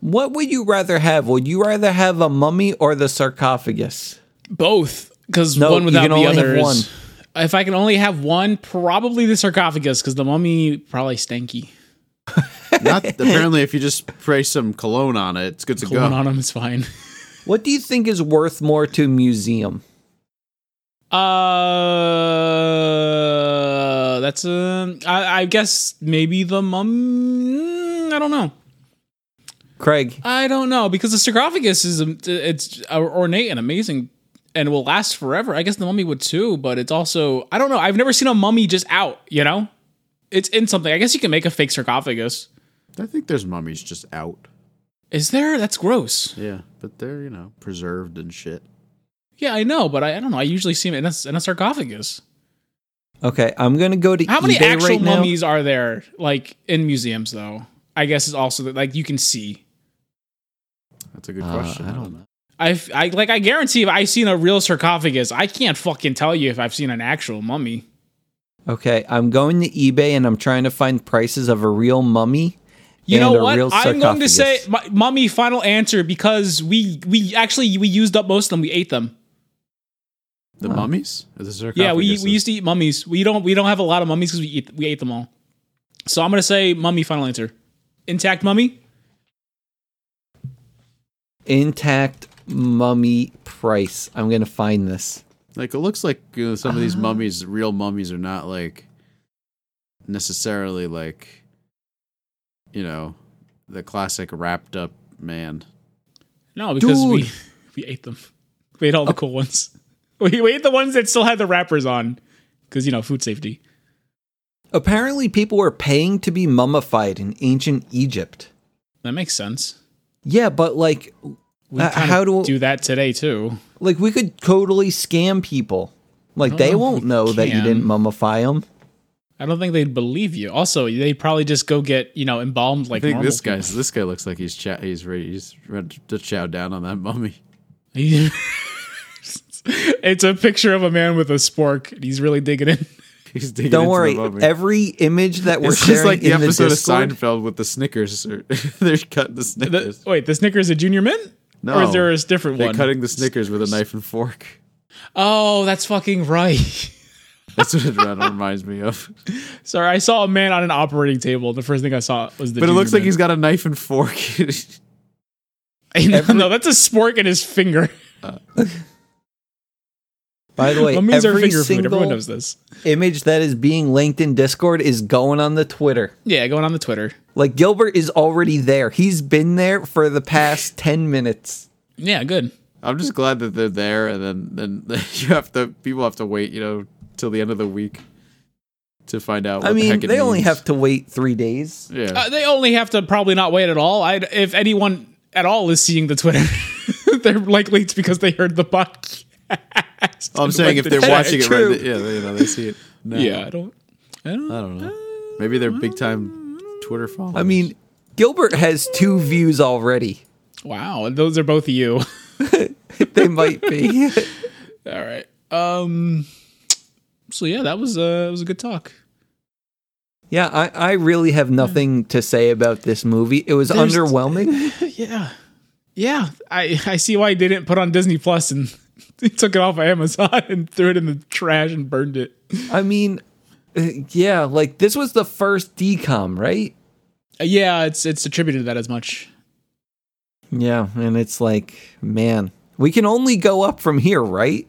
[SPEAKER 1] What would you rather have? Would you rather have a mummy or the sarcophagus?
[SPEAKER 3] Both, because
[SPEAKER 1] No,
[SPEAKER 3] one
[SPEAKER 1] you
[SPEAKER 3] without
[SPEAKER 1] can
[SPEAKER 3] the
[SPEAKER 1] only
[SPEAKER 3] other
[SPEAKER 1] have one.
[SPEAKER 3] is. If I can only have one, probably the sarcophagus, because the mummy probably stanky.
[SPEAKER 2] <laughs> Not apparently, if you just spray some cologne on it, it's good to
[SPEAKER 3] Going
[SPEAKER 2] go.
[SPEAKER 3] on him is fine.
[SPEAKER 1] What do you think is worth more to a museum?
[SPEAKER 3] Uh, that's um. I, I guess maybe the mum. I don't know.
[SPEAKER 1] Craig,
[SPEAKER 3] I don't know because the sarcophagus is um, it's ornate and amazing and will last forever. I guess the mummy would too, but it's also I don't know. I've never seen a mummy just out. You know, it's in something. I guess you can make a fake sarcophagus.
[SPEAKER 2] I think there's mummies just out.
[SPEAKER 3] Is there? That's gross.
[SPEAKER 2] Yeah, but they're you know preserved and shit.
[SPEAKER 3] Yeah, I know, but I, I don't know. I usually see them in a, in a sarcophagus.
[SPEAKER 1] Okay, I'm gonna go to
[SPEAKER 3] How many
[SPEAKER 1] eBay
[SPEAKER 3] actual
[SPEAKER 1] right now.
[SPEAKER 3] mummies are there, like in museums, though? I guess is also that like you can see.
[SPEAKER 2] That's a good question. Uh, I don't know.
[SPEAKER 3] I, f- I- like I guarantee if I've seen a real sarcophagus, I can't fucking tell you if I've seen an actual mummy.
[SPEAKER 1] Okay, I'm going to eBay and I'm trying to find prices of a real mummy.
[SPEAKER 3] You
[SPEAKER 1] and
[SPEAKER 3] know
[SPEAKER 1] a
[SPEAKER 3] what?
[SPEAKER 1] Real
[SPEAKER 3] I'm going to say
[SPEAKER 1] sarcophagus.
[SPEAKER 3] mu- mummy final answer because we we actually we used up most of them. We ate them.
[SPEAKER 2] The mummies? Or the
[SPEAKER 3] Yeah, we, we
[SPEAKER 2] sarcophaguses?
[SPEAKER 3] used to eat mummies. We don't we don't have a lot of mummies because we eat we ate them all. So I'm gonna say mummy final answer. Intact mummy?
[SPEAKER 1] intact mummy price. I'm gonna find this.
[SPEAKER 2] Like it looks like you know, some of these mummies, real mummies, are not like necessarily like you know the classic wrapped up man.
[SPEAKER 3] No, because we
[SPEAKER 1] Dude. Oh.
[SPEAKER 3] we ate them. We ate all the cool ones. <laughs> We, we ate the ones that still had the wrappers on. Because you know, food safety.
[SPEAKER 1] Apparently, people were paying to be mummified in ancient Egypt.
[SPEAKER 3] That makes sense.
[SPEAKER 1] Yeah, but like,
[SPEAKER 3] We
[SPEAKER 1] Uh,
[SPEAKER 3] kinda
[SPEAKER 1] how do-
[SPEAKER 3] do that today too.
[SPEAKER 1] like we could totally scam people. Like they
[SPEAKER 3] know if
[SPEAKER 1] won't
[SPEAKER 3] we
[SPEAKER 1] know that you
[SPEAKER 3] can.
[SPEAKER 1] didn't mummify them.
[SPEAKER 3] I don't think they'd believe you. Also, they'd probably just go get, you know, embalmed
[SPEAKER 2] I
[SPEAKER 3] like
[SPEAKER 2] think
[SPEAKER 3] normal
[SPEAKER 2] this guy's this guy looks like he's cha- he's ready he's ready to chow down on that mummy. <laughs>
[SPEAKER 3] people. <laughs> it's a picture of a man with a spork. and He's really digging in.
[SPEAKER 2] He's digging
[SPEAKER 1] Don't
[SPEAKER 2] into
[SPEAKER 1] worry.
[SPEAKER 2] the mummy.
[SPEAKER 1] Every image that we're
[SPEAKER 2] it's
[SPEAKER 1] sharing
[SPEAKER 2] just like the
[SPEAKER 1] in the
[SPEAKER 2] episode
[SPEAKER 1] Discord,
[SPEAKER 2] of Seinfeld with the Snickers. Or <laughs> they're cutting the
[SPEAKER 3] The,
[SPEAKER 2] Snickers.
[SPEAKER 3] wait, the Snickers a junior mint?
[SPEAKER 2] no,
[SPEAKER 3] Or is there a different
[SPEAKER 2] they're
[SPEAKER 3] one?
[SPEAKER 2] cutting the Snickers with a knife and fork. <laughs>
[SPEAKER 3] oh, that's fucking right. <laughs>
[SPEAKER 2] That's what it reminds me of.
[SPEAKER 3] Sorry, I saw a man on an operating table. The first thing I saw was the.
[SPEAKER 2] But it looks like he's
[SPEAKER 3] junior
[SPEAKER 2] got a knife and fork. <laughs>
[SPEAKER 3] <laughs> mint. no, that's a spork in his finger.
[SPEAKER 1] by the way,
[SPEAKER 3] Mummies are
[SPEAKER 1] every
[SPEAKER 3] finger food.
[SPEAKER 1] single
[SPEAKER 3] Everyone knows this.
[SPEAKER 1] image that is being linked in Discord is going on the Twitter.
[SPEAKER 3] Yeah, going on the Twitter.
[SPEAKER 1] Like Gilbert is already there. He's been there for the
[SPEAKER 2] <laughs>
[SPEAKER 1] past 10 minutes.
[SPEAKER 3] Yeah, good.
[SPEAKER 2] I'm just glad that they're there, and then then <laughs> you have to people have to wait, you know, till the end of the week to find out. What
[SPEAKER 1] I
[SPEAKER 2] the
[SPEAKER 1] mean,
[SPEAKER 2] heck it
[SPEAKER 1] they only
[SPEAKER 2] means.
[SPEAKER 1] have to wait 3 days.
[SPEAKER 2] Yeah,
[SPEAKER 3] Uh, they only have to probably not wait at all. I'd, if anyone at all is seeing the Twitter, <laughs> they're likely it's because they heard the podcast.
[SPEAKER 2] Well, I'm
[SPEAKER 3] and
[SPEAKER 2] saying if
[SPEAKER 3] went to
[SPEAKER 2] they're
[SPEAKER 3] check.
[SPEAKER 2] watching it, right,
[SPEAKER 1] True.
[SPEAKER 2] th- yeah, they, you know, they see it. No,
[SPEAKER 3] <laughs> yeah, I don't. I don't.
[SPEAKER 2] I don't know. Maybe they're big time Twitter followers.
[SPEAKER 1] I mean, Gilbert has 2 views already.
[SPEAKER 3] Wow, those are both of you. <laughs>
[SPEAKER 1] They might
[SPEAKER 2] <laughs>
[SPEAKER 1] be.
[SPEAKER 3] all right. Um. So yeah, that was uh, it was a good talk.
[SPEAKER 1] yeah, I, I really have nothing to say about this movie. It was
[SPEAKER 3] There's-
[SPEAKER 1] underwhelming.
[SPEAKER 3] Yeah, yeah. I I see why you didn't put on Disney Plus and <laughs> they took it off of Amazon <laughs> and threw it in the trash and burned it.
[SPEAKER 1] I mean, uh, yeah, like this was the first decom, right?
[SPEAKER 3] Uh, yeah, it's it's attributed to that as much.
[SPEAKER 1] Yeah, and it's like, man, we can only go up from here, right?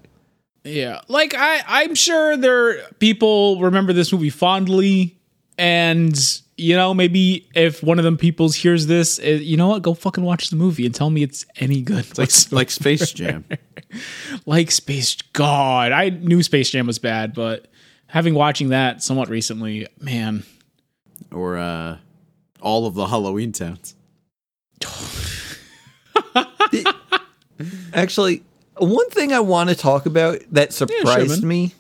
[SPEAKER 3] Yeah, like I, I'm sure there people remember this movie fondly, and you know maybe if one of them peoples hears this, eh, you know what, go fucking watch the movie and tell me it's any good. <laughs>
[SPEAKER 2] like
[SPEAKER 3] Like,
[SPEAKER 2] like Space Jam.
[SPEAKER 3] like Space God, I knew Space Jam was bad, but having watching that somewhat recently, man,
[SPEAKER 2] or uh, all of the Halloween
[SPEAKER 3] <laughs>
[SPEAKER 2] towns.
[SPEAKER 1] Actually, one thing I want to talk about that surprised
[SPEAKER 3] man.
[SPEAKER 1] me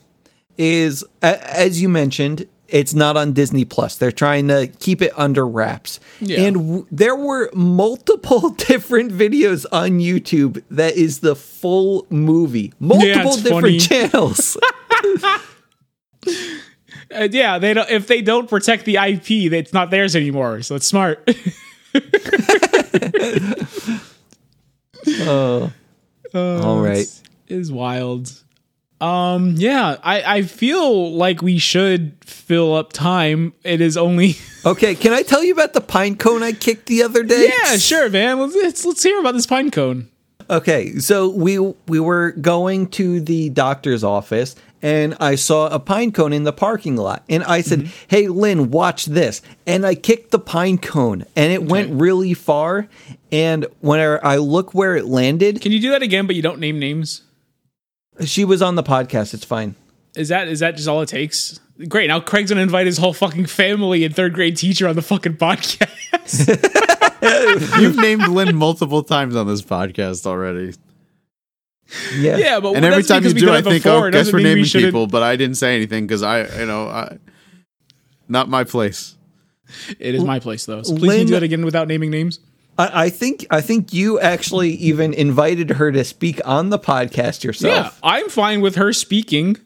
[SPEAKER 1] is, a- as you mentioned, it's not on Disney Plus. They're trying to keep it under wraps.
[SPEAKER 3] Yeah.
[SPEAKER 1] And w- there were multiple <laughs> different videos on YouTube that is the full movie, multiple
[SPEAKER 3] it's
[SPEAKER 1] different
[SPEAKER 3] funny.
[SPEAKER 1] channels. <laughs>
[SPEAKER 3] Eh, yeah, they don't. If they don't protect the IP, it's not theirs anymore. So it's smart. <laughs>
[SPEAKER 1] oh, all right.
[SPEAKER 3] is wild. Um, yeah, I, I feel like we should fill up time. It is only <laughs>
[SPEAKER 1] Okay, can I tell you about the pine cone I kicked the other day?
[SPEAKER 3] yeah, sure, man. Let's, let's let's hear about this pine cone.
[SPEAKER 1] Okay, so we we were going to the doctor's office and I saw a pine cone in the parking lot and I said,
[SPEAKER 3] Mm-hmm.
[SPEAKER 1] "Hey Lynn, watch this." And I kicked the pine cone and it went really far and when I- I look where it landed,
[SPEAKER 3] Can you do that again? But you don't name names.
[SPEAKER 1] she was on the podcast. It's fine.
[SPEAKER 3] Is that is that just all it takes? Great. Now Craig's gonna invite his whole fucking family and third grade teacher on the fucking <laughs> podcast.
[SPEAKER 2] You've named Lynn multiple times on this podcast already.
[SPEAKER 1] Yeah.
[SPEAKER 3] Yeah, but
[SPEAKER 2] and every
[SPEAKER 3] Oh, that's
[SPEAKER 2] time you
[SPEAKER 3] because we
[SPEAKER 2] do,
[SPEAKER 3] did
[SPEAKER 2] I
[SPEAKER 3] it
[SPEAKER 2] think,
[SPEAKER 3] before.
[SPEAKER 2] oh,
[SPEAKER 3] It
[SPEAKER 2] guess
[SPEAKER 3] doesn't
[SPEAKER 2] we're
[SPEAKER 3] mean we
[SPEAKER 2] naming
[SPEAKER 3] shouldn't-
[SPEAKER 2] people, but I didn't say anything because I, you know, I, not my place.
[SPEAKER 3] It is my place though. So please can
[SPEAKER 1] Lynn-
[SPEAKER 3] you do that again without naming names.
[SPEAKER 1] I, I think I think you actually even invited her to speak on the podcast
[SPEAKER 3] Yeah,
[SPEAKER 1] yourself.
[SPEAKER 3] I'm fine with her speaking.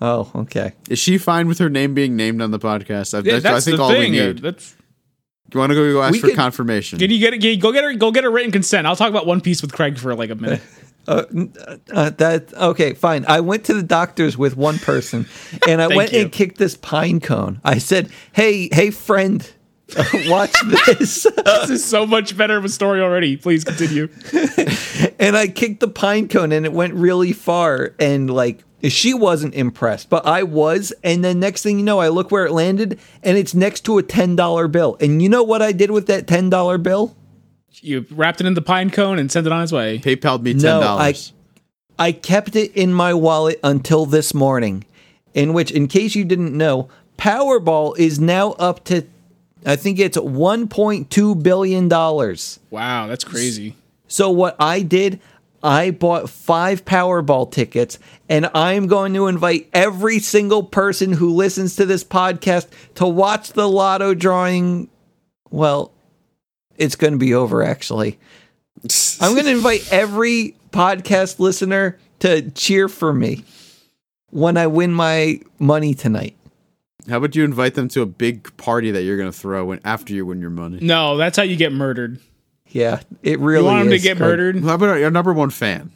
[SPEAKER 1] Oh, okay.
[SPEAKER 2] Is she fine with her name being named on the podcast? I,
[SPEAKER 3] Yeah,
[SPEAKER 2] that's, I
[SPEAKER 3] that's
[SPEAKER 2] think
[SPEAKER 3] the
[SPEAKER 2] all
[SPEAKER 3] thing. Uh,
[SPEAKER 2] we need.
[SPEAKER 3] That's
[SPEAKER 2] you want to go ask
[SPEAKER 1] We
[SPEAKER 2] for
[SPEAKER 1] could-
[SPEAKER 2] confirmation?
[SPEAKER 3] can you get e- it? Go get her. Go get her written consent. I'll talk about One Piece with Craig for like
[SPEAKER 2] <laughs>
[SPEAKER 3] a minute.
[SPEAKER 1] Uh, that okay, fine. I went to the doctors with one person, and I
[SPEAKER 3] Thank
[SPEAKER 1] went
[SPEAKER 3] you.
[SPEAKER 1] and kicked this pine cone. I said, "Hey, hey, friend, <laughs> uh, watch this." <laughs>
[SPEAKER 3] this is so much better of a story already. Please continue.
[SPEAKER 1] and I kicked the pine cone and it went really far and like she wasn't impressed, but I was. And then next thing you know, I look where it landed and it's next to a $10 bill. And you know what I did with that $10 bill?
[SPEAKER 3] You wrapped it in the pine cone and sent it on its way.
[SPEAKER 2] PayPal me ten
[SPEAKER 1] No,
[SPEAKER 2] dollars.
[SPEAKER 1] I kept it in my wallet until this morning, in which, in case you didn't know, Powerball is now up to, I think it's $1.2 billion.
[SPEAKER 3] Wow, that's crazy.
[SPEAKER 1] So what I did, I bought five Powerball tickets, and I'm going to invite every single person who listens to this podcast to watch the lotto drawing. Well, it's going to be over actually. I'm going to invite every podcast listener to cheer for me when I win my money tonight.
[SPEAKER 2] How about you invite them to a big party that you're going to throw when, after you win your money?
[SPEAKER 3] No, that's how you get murdered.
[SPEAKER 1] Yeah, it
[SPEAKER 3] You
[SPEAKER 1] really
[SPEAKER 3] want him to
[SPEAKER 1] is
[SPEAKER 3] get
[SPEAKER 1] Craig. <laughs>
[SPEAKER 3] murdered?
[SPEAKER 2] How about your number one fan?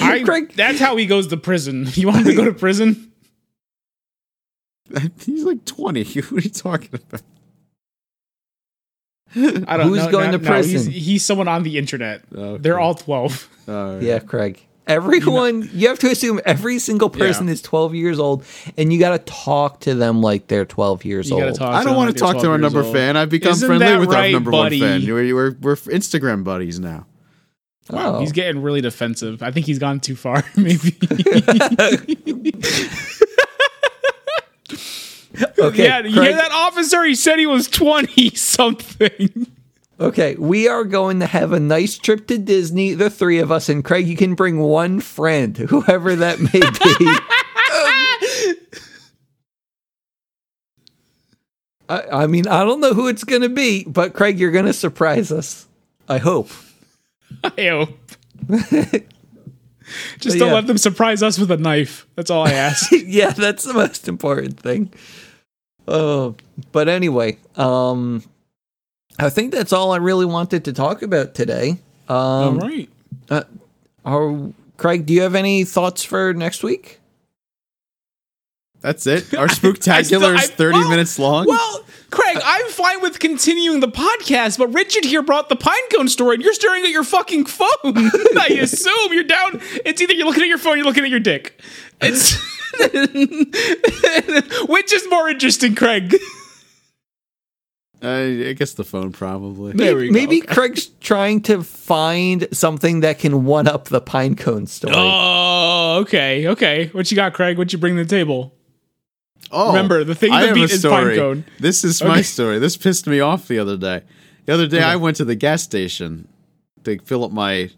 [SPEAKER 3] I,
[SPEAKER 1] Craig-
[SPEAKER 3] That's how he goes to prison. <laughs> You want him to go to prison?
[SPEAKER 2] <laughs> He's like twenty. what are you talking about?
[SPEAKER 3] I don't
[SPEAKER 1] Who's
[SPEAKER 3] know.
[SPEAKER 1] going to
[SPEAKER 3] he's,
[SPEAKER 1] prison? Oh,
[SPEAKER 3] he's someone on the internet.
[SPEAKER 2] Okay.
[SPEAKER 3] They're
[SPEAKER 1] <laughs>
[SPEAKER 3] all 12.
[SPEAKER 2] All right.
[SPEAKER 1] Yeah, Craig. Everyone, you have to assume every single person is 12 years old, and you got to talk to them like they're 12 years
[SPEAKER 3] You
[SPEAKER 1] old.
[SPEAKER 3] gotta talk
[SPEAKER 2] I don't want to talk to our number fan. I've become
[SPEAKER 3] Isn't
[SPEAKER 2] friendly
[SPEAKER 3] that
[SPEAKER 2] with our
[SPEAKER 3] right,
[SPEAKER 2] number
[SPEAKER 3] buddy?
[SPEAKER 2] one fan. We're, we're, we're Instagram buddies now.
[SPEAKER 3] Wow,
[SPEAKER 1] Oh.
[SPEAKER 3] he's getting really defensive. I think he's gone too far, <laughs> maybe.
[SPEAKER 1] okay,
[SPEAKER 3] yeah, you hear
[SPEAKER 1] Craig,
[SPEAKER 3] that officer? He said he was 20 something. <laughs>
[SPEAKER 1] okay, we are going to have a nice trip to Disney, the three of us, and Craig, you can bring one friend, <laughs> whoever that may be. <laughs> I, I mean, I don't know who it's going to be, but Craig, you're going to surprise us. I hope.
[SPEAKER 3] I hope.
[SPEAKER 1] <laughs>
[SPEAKER 3] Just don't
[SPEAKER 1] Yeah.
[SPEAKER 3] let them surprise us with a knife. That's all I <laughs> ask.
[SPEAKER 1] <laughs> yeah, that's the most important thing. Oh, but anyway, um, I think that's all I really wanted to talk about today. Um,
[SPEAKER 3] all right.
[SPEAKER 1] are- Craig, do you have any thoughts for next week?
[SPEAKER 2] That's
[SPEAKER 3] <laughs>
[SPEAKER 2] it. Our spooktacular
[SPEAKER 3] I-
[SPEAKER 2] is thirty
[SPEAKER 3] well-
[SPEAKER 2] minutes long.
[SPEAKER 3] Well, Craig, I'm fine with continuing the podcast, but Richard here brought the pinecone story, and you're staring at your fucking phone. <laughs> I assume you're down. It's either you're looking at your phone, or you're looking at your dick.
[SPEAKER 1] <laughs>
[SPEAKER 3] It's <laughs> which is more interesting, Craig?
[SPEAKER 2] I, I guess the phone probably.
[SPEAKER 3] There we go.
[SPEAKER 1] Maybe Craig's trying to find something that can one up the pinecone story.
[SPEAKER 3] Oh, okay, okay. What you got, Craig? What you bring to the table?
[SPEAKER 2] Oh,
[SPEAKER 3] Remember, the thing
[SPEAKER 2] I
[SPEAKER 3] that
[SPEAKER 2] have
[SPEAKER 3] beat
[SPEAKER 2] a
[SPEAKER 3] is
[SPEAKER 2] story.
[SPEAKER 3] Pinecone.
[SPEAKER 2] This is my
[SPEAKER 3] Okay.
[SPEAKER 2] story. This pissed me off the other day. The other day, I went to the gas station to fill up my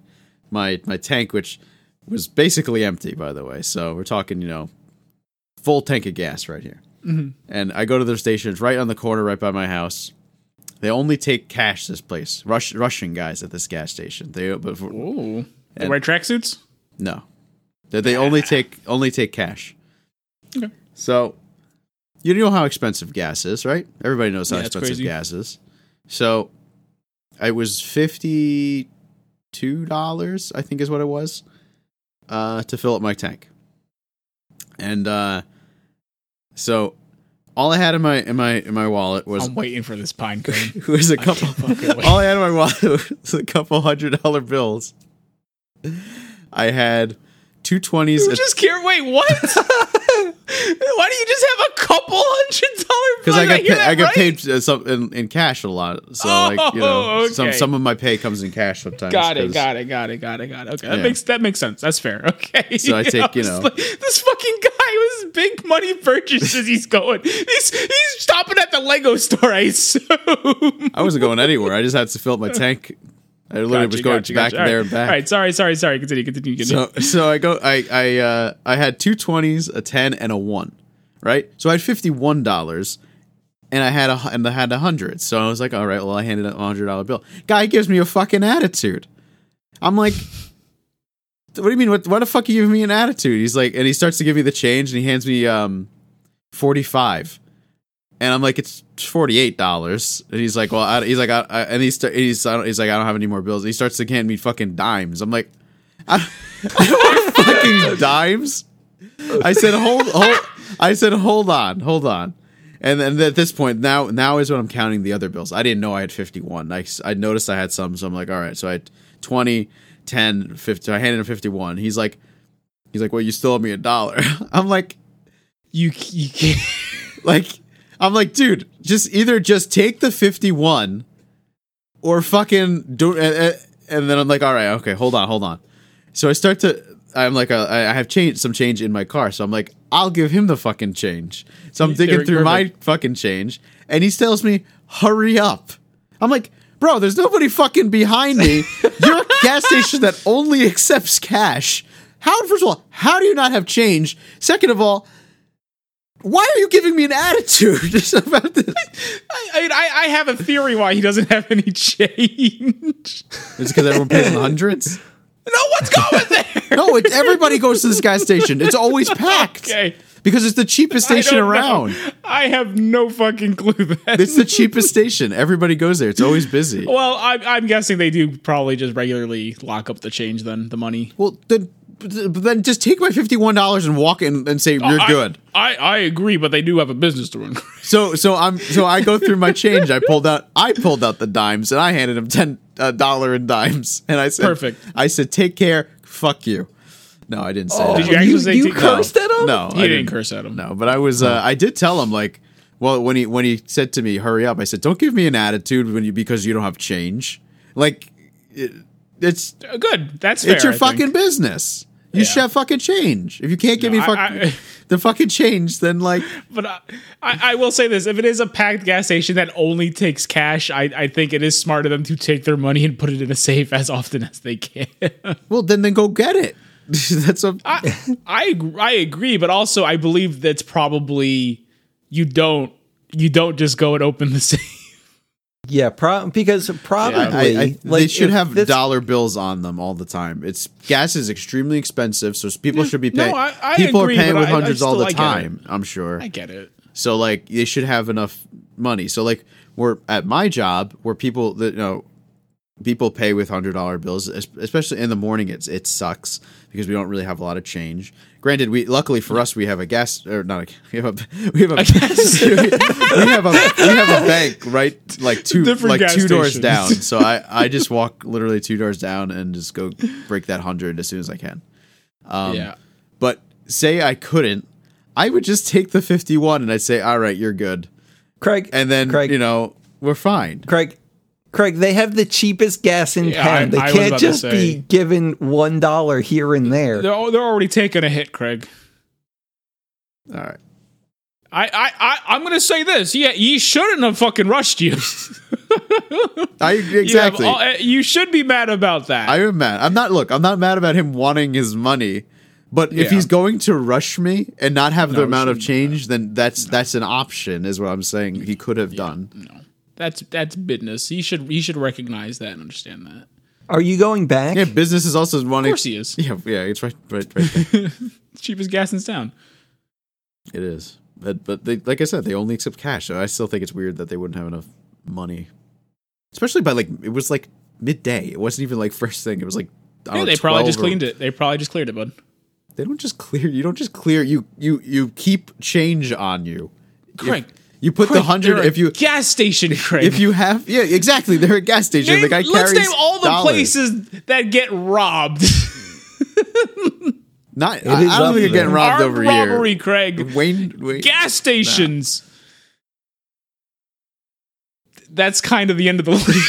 [SPEAKER 2] my my tank, which was basically empty, by the way. So we're talking, you know, full tank of gas right here.
[SPEAKER 3] Mm-hmm.
[SPEAKER 2] And I go to their station. It's right on the corner, right by my house. They only take cash. This place, Rush, Russian guys at this gas station. They but for,
[SPEAKER 3] Ooh, the right tracksuits.
[SPEAKER 2] no, they, they only take only take cash.
[SPEAKER 3] Okay.
[SPEAKER 2] So you know how expensive gas is, right? Everybody knows how
[SPEAKER 3] Yeah, it's
[SPEAKER 2] expensive
[SPEAKER 3] crazy.
[SPEAKER 2] gas is. So it was fifty two dollars, I think is what it was, uh, to fill up my tank. And uh, so all I had in my in my in my wallet was
[SPEAKER 3] I'm waiting for this <laughs> pinecone.
[SPEAKER 2] was a couple. <laughs>
[SPEAKER 3] fucking wait.
[SPEAKER 2] all I had in my wallet was a couple hundred dollar bills. I had two twenties.
[SPEAKER 3] You just can't wait.
[SPEAKER 2] <laughs>
[SPEAKER 3] What? Why do you just have a couple hundred dollar?
[SPEAKER 2] because I
[SPEAKER 3] bill?
[SPEAKER 2] got pa-
[SPEAKER 3] hear that
[SPEAKER 2] I got
[SPEAKER 3] right?
[SPEAKER 2] paid uh, some in, in cash a lot, so like you know
[SPEAKER 3] Oh,
[SPEAKER 2] some
[SPEAKER 3] okay.
[SPEAKER 2] some of my pay comes in cash sometimes.
[SPEAKER 3] Got it,
[SPEAKER 2] 'cause-
[SPEAKER 3] got it, got it, got it, got it. Okay, that
[SPEAKER 2] Yeah.
[SPEAKER 3] makes that makes sense. That's fair. <laughs> Okay.
[SPEAKER 2] So I take, you
[SPEAKER 3] was
[SPEAKER 2] know-
[SPEAKER 3] like, this fucking guy with his big money purchases. He's going. He's he's stopping at the Lego store. I assume.
[SPEAKER 2] I wasn't going anywhere. I just had to fill up my tank. I literally was going back
[SPEAKER 3] All right.
[SPEAKER 2] there and back.
[SPEAKER 3] All right, sorry, sorry, sorry. Continue, continue, continue.
[SPEAKER 2] So, so I go. I I uh, I had two twenties, a ten, and a one. Right. So I had fifty one dollars, and I had a and I had a hundred. So I was like, all right, well, I handed him a hundred dollar bill. Guy gives me a fucking attitude. I'm like. What do you mean? What? Why the fuck are you giving me an attitude? He's like, and he starts to give me the change, and he hands me um, forty five, and I'm like, it's forty eight dollars, and he's like, well, I, he's like, I, I, and he's he's I don't, he's like, I don't have any more bills. He starts to hand me fucking dimes. I'm like, I, I don't want fucking dimes. I said, hold, hold. I said, hold on, hold on. And then at this point, now now is when I'm counting the other bills. I didn't know I had 51. I, s- I noticed I had some, so I'm like, all right. So I had 20, 10, 50. So I handed him 51. He's like, he's like, well, you still owe me a dollar. <laughs> I'm like,
[SPEAKER 3] You, you can't.
[SPEAKER 2] <laughs> like, I'm like, dude, just either just take the 51 or fucking do and, and then I'm like, all right, okay, hold on, hold on. So I start to I'm like uh, I I have change some change in my car, so I'm like I'll give him the fucking change. So I'm digging
[SPEAKER 3] Eric
[SPEAKER 2] through my
[SPEAKER 3] Griffin.
[SPEAKER 2] fucking change, and he tells me hurry up. I'm like, bro, there's nobody fucking behind <laughs> me. You're a gas station that only accepts cash. How first of all, how do you not have change? Second of all. Why are you giving me an attitude <laughs> about this?
[SPEAKER 3] I, I, mean, I, I have a theory why he doesn't have any change.
[SPEAKER 2] It's because everyone pays in hundreds.
[SPEAKER 3] no one's <laughs> going there.
[SPEAKER 2] No, it, everybody goes to this gas station. It's always packed.
[SPEAKER 3] <laughs> Okay.
[SPEAKER 2] Because it's the cheapest
[SPEAKER 3] <laughs> I
[SPEAKER 2] station
[SPEAKER 3] don't know.
[SPEAKER 2] around.
[SPEAKER 3] I have no fucking clue. Then.
[SPEAKER 2] It's the cheapest station. Everybody goes there. It's always busy.
[SPEAKER 3] well, I'm, I'm guessing they do probably just regularly lock up the change, then the money.
[SPEAKER 2] Well, then, but then just take my fifty-one dollars and walk in and say you're
[SPEAKER 3] Oh, I-
[SPEAKER 2] good.
[SPEAKER 3] I, I agree, but they do have a business to run.
[SPEAKER 2] So, so I'm, so I go through my change. I pulled out, I pulled out the dimes, and I handed him ten a dollar in dimes, and I said,
[SPEAKER 3] Perfect.
[SPEAKER 2] I said, take care. Fuck you. No, I didn't say. that.
[SPEAKER 3] Oh. Did you actually say
[SPEAKER 1] Oh, you
[SPEAKER 3] take-
[SPEAKER 1] cursed at him?
[SPEAKER 2] No,
[SPEAKER 3] He
[SPEAKER 2] I
[SPEAKER 3] didn't curse at him.
[SPEAKER 2] No, but I was. Uh, I did tell him like, well, when he when he said to me, "Hurry up," I said, "Don't give me an attitude when you because you don't have change." Like, it, it's
[SPEAKER 3] Uh, Good. That's fair.
[SPEAKER 2] it's your
[SPEAKER 3] I think.
[SPEAKER 2] fucking business. You
[SPEAKER 3] Yeah.
[SPEAKER 2] should have fucking change. If you can't give
[SPEAKER 3] No,
[SPEAKER 2] me fuck,
[SPEAKER 3] I- I-
[SPEAKER 2] <laughs> the fucking change, then like,
[SPEAKER 3] But I, I, I will say this: if it is a packed gas station that only takes cash, I, I think it is smart of them to take their money and put it in a safe as often as
[SPEAKER 2] <laughs>
[SPEAKER 3] they can.
[SPEAKER 2] well, then then go get it. <laughs> That's a
[SPEAKER 3] I, I ag- I agree, but also I believe that's probably you don't you don't just go and open the <laughs> safe.
[SPEAKER 1] Yeah, pro- because probably
[SPEAKER 2] I, I, they should
[SPEAKER 1] if
[SPEAKER 2] have
[SPEAKER 1] this-
[SPEAKER 2] dollar bills on them all the time. It's gas is extremely expensive, so people should be
[SPEAKER 3] no,
[SPEAKER 2] paying.
[SPEAKER 3] I- I
[SPEAKER 2] people
[SPEAKER 3] agree,
[SPEAKER 2] are paying
[SPEAKER 3] but
[SPEAKER 2] with
[SPEAKER 3] I- I
[SPEAKER 2] hundreds all
[SPEAKER 3] still-
[SPEAKER 2] the
[SPEAKER 3] I get it.
[SPEAKER 2] time. I'm sure.
[SPEAKER 3] I get it.
[SPEAKER 2] So like they should have enough money. So like we're at my job where people that you know people pay with hundred dollar bills, es- especially in the morning. It's it sucks because we don't really have a lot of change. Granted, we luckily for us we have a gas or not a <laughs> we have a <laughs> we have a
[SPEAKER 3] gas-
[SPEAKER 2] we have a we have a bank right like two
[SPEAKER 3] Different
[SPEAKER 2] like
[SPEAKER 3] gas
[SPEAKER 2] two doors
[SPEAKER 3] stations. <laughs>
[SPEAKER 2] down. So I I just walk literally two doors down and just go break that hundred as soon as I can. Um,
[SPEAKER 3] yeah.
[SPEAKER 2] But say I couldn't, I would just take the fifty one and I'd say, all right, you're good
[SPEAKER 1] Craig
[SPEAKER 2] and then
[SPEAKER 1] Craig,
[SPEAKER 2] you know we're fine.
[SPEAKER 1] Craig, Craig, they have the cheapest gas in
[SPEAKER 3] Yeah, I-
[SPEAKER 1] town. They
[SPEAKER 3] I was
[SPEAKER 1] can't
[SPEAKER 3] about to
[SPEAKER 1] just
[SPEAKER 3] say.
[SPEAKER 1] be given one dollar here and there.
[SPEAKER 3] They're al- they're already taking a hit, Craig.
[SPEAKER 2] All right.
[SPEAKER 3] I I, I I'm gonna say this. Yeah, he shouldn't have fucking rushed you. <laughs>
[SPEAKER 2] I
[SPEAKER 3] You have
[SPEAKER 2] exactly.
[SPEAKER 3] all- uh, you should be mad about that.
[SPEAKER 2] I am mad. I'm not. Look, I'm not mad about him wanting his money, but
[SPEAKER 3] Yeah.
[SPEAKER 2] if he's going to rush me and not have the
[SPEAKER 3] he
[SPEAKER 2] amount of
[SPEAKER 3] shouldn't do
[SPEAKER 2] change, then that's that's an option, is what I'm saying. He could have done.
[SPEAKER 3] that's that's business. He should he should recognize that and understand that.
[SPEAKER 1] Are you going back?
[SPEAKER 2] Yeah, business is also
[SPEAKER 3] Of
[SPEAKER 2] wanting.
[SPEAKER 3] course he is.
[SPEAKER 2] <laughs> Yeah, yeah, it's right, right, right. there. <laughs>
[SPEAKER 3] Cheapest gas in town.
[SPEAKER 2] it is. But but they, like I said, they only accept cash. So I still think it's weird that they wouldn't have enough money, especially by like it was like midday. It wasn't even like first thing. It was like I
[SPEAKER 3] Yeah,
[SPEAKER 2] don't know,
[SPEAKER 3] they probably just
[SPEAKER 2] 12 Oh, or-
[SPEAKER 3] cleaned it. They probably just cleared it, bud.
[SPEAKER 2] They don't just clear. You don't just clear. You you you keep change on you.
[SPEAKER 3] Craig,
[SPEAKER 2] You put the hundred
[SPEAKER 3] You're a
[SPEAKER 2] if you
[SPEAKER 3] gas station, Craig.
[SPEAKER 2] if you have yeah exactly. They're a gas station.
[SPEAKER 3] Name-
[SPEAKER 2] the guy
[SPEAKER 3] let's
[SPEAKER 2] carries
[SPEAKER 3] name all the
[SPEAKER 2] dollars.
[SPEAKER 3] places that get robbed.
[SPEAKER 2] Not I,
[SPEAKER 1] is
[SPEAKER 2] I don't
[SPEAKER 1] up
[SPEAKER 2] think you're
[SPEAKER 1] there.
[SPEAKER 2] getting <laughs> robbed
[SPEAKER 3] Armed
[SPEAKER 2] over
[SPEAKER 3] robbery,
[SPEAKER 2] here.
[SPEAKER 3] Craig.
[SPEAKER 2] Wayne, Wayne
[SPEAKER 3] gas stations. That's kind of the end of the <laughs> list.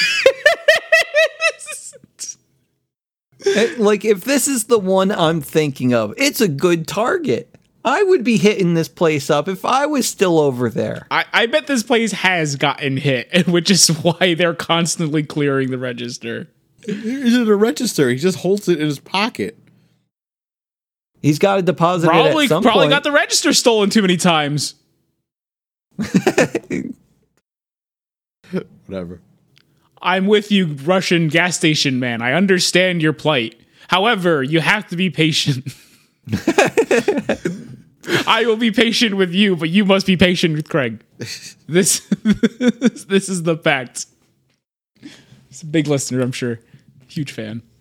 [SPEAKER 1] Eh, Like if this is the one I'm thinking of, it's a good target. I would be hitting this place up if I was still over there.
[SPEAKER 3] I, I bet <laughs> this place has gotten hit, which is why they're constantly clearing the register.
[SPEAKER 2] Is it a register? He just holds it in his pocket.
[SPEAKER 1] He's got to deposit it
[SPEAKER 3] Probably
[SPEAKER 1] at some
[SPEAKER 3] probably
[SPEAKER 1] point.
[SPEAKER 3] got the register stolen too many times.
[SPEAKER 2] Whatever.
[SPEAKER 3] I'm with you, Russian gas station man. I understand your plight. However, you have to be patient. <laughs> I will be patient with you, but you must be patient with Craig. <laughs> This this is the fact. He's a big listener, I'm sure. Huge fan. <laughs>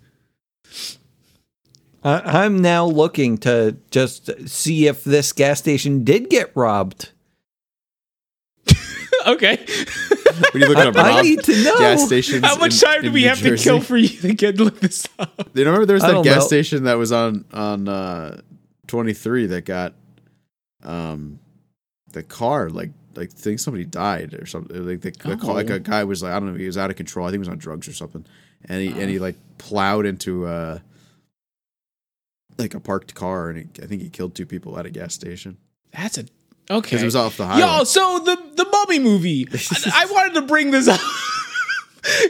[SPEAKER 1] I, I'm now looking to just see if this gas station did get robbed.
[SPEAKER 3] Okay.
[SPEAKER 2] What are you looking up,
[SPEAKER 1] I
[SPEAKER 2] Rob?
[SPEAKER 1] need to know.
[SPEAKER 2] Gas stations.
[SPEAKER 3] How much
[SPEAKER 2] in-
[SPEAKER 3] time do
[SPEAKER 2] in
[SPEAKER 3] we
[SPEAKER 2] New
[SPEAKER 3] have to
[SPEAKER 2] Jersey.
[SPEAKER 3] kill for you to get <laughs> look this up?
[SPEAKER 2] You remember there was
[SPEAKER 1] I
[SPEAKER 2] that
[SPEAKER 1] don't
[SPEAKER 2] gas
[SPEAKER 1] know.
[SPEAKER 2] station that was on on uh, 23 that got um the car like like think somebody died or something like the, the car, like
[SPEAKER 1] Oh.
[SPEAKER 2] a guy was like I don't know he was out of control I think he was on drugs or something and he and
[SPEAKER 1] Ah.
[SPEAKER 2] he like plowed into uh like a parked car and he, I think he killed two people at a gas station
[SPEAKER 3] That's a
[SPEAKER 2] because
[SPEAKER 3] okay.
[SPEAKER 2] it was off the highway.
[SPEAKER 3] Y'all, so the the
[SPEAKER 2] <laughs>
[SPEAKER 3] mummy movie. I, I wanted to bring this up. <laughs>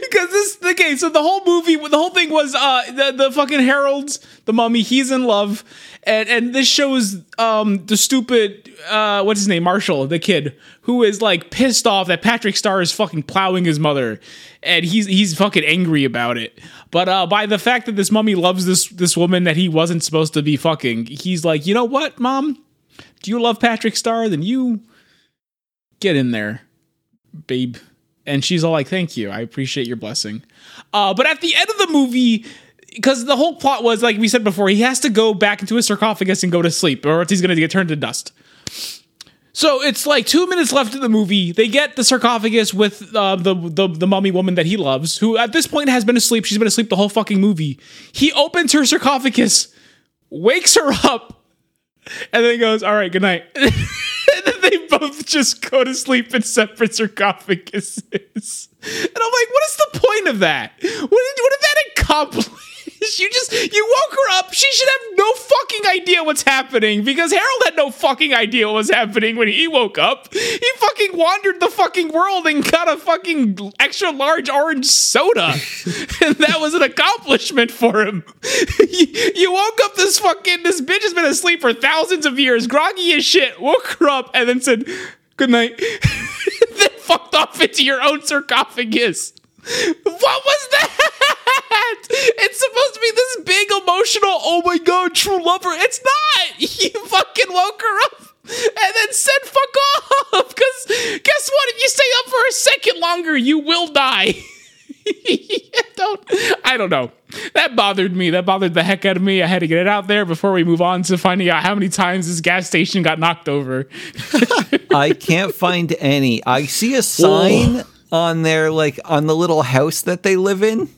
[SPEAKER 3] Because this okay, so the whole movie, the whole thing was uh the, the fucking Harold, the mummy, he's in love, and and this shows um the stupid uh what's his name Marshall, the kid who is like pissed off that Patrick Star is fucking plowing his mother, and he's he's fucking angry about it. But uh by the fact that this mummy loves this this woman that he wasn't supposed to be fucking, he's like, you know what, mom, do you love Patrick Star? Then you get in there, babe. And she's all like, thank you. I appreciate your blessing. Uh, but at the end of the movie, because the whole plot was, like we said before, he has to go back into his sarcophagus and go to sleep, or else he's going to get turned to dust. So it's like two minutes left of the movie. They get the sarcophagus with uh, the, the the mummy woman that he loves, who at this point has been asleep. She's been asleep the whole fucking movie. He opens her sarcophagus, wakes her up, and then he goes, "All right, good night." <laughs> and then they both just go to sleep in separate sarcophaguses. And I'm like, "What is the point of that? What did, what did that accomplish? <laughs> you just you woke her up. She should have no fucking idea what's happening because Harold had no fucking idea what was happening when he woke up. He fucking wandered the fucking world and got a fucking extra large orange soda, <laughs> and that was an accomplishment for him. you, you woke up this fucking this bitch has been asleep for thousands of years, groggy as shit. Woke her up and then said good night. <laughs> then fucked off into your own sarcophagus. What was that? It's supposed to be this big emotional, oh my god, true lover. It's not! <laughs> You fucking woke her up and then said fuck off! Because guess what? If you stay up for a second longer, you will die. <laughs> I don't, I don't know. That bothered me. That bothered the heck out of me. I had to get it out there before we move on to finding out how many times this gas station got knocked over.
[SPEAKER 1] I can't find any. I see a sign on there, like on the little house that they live in.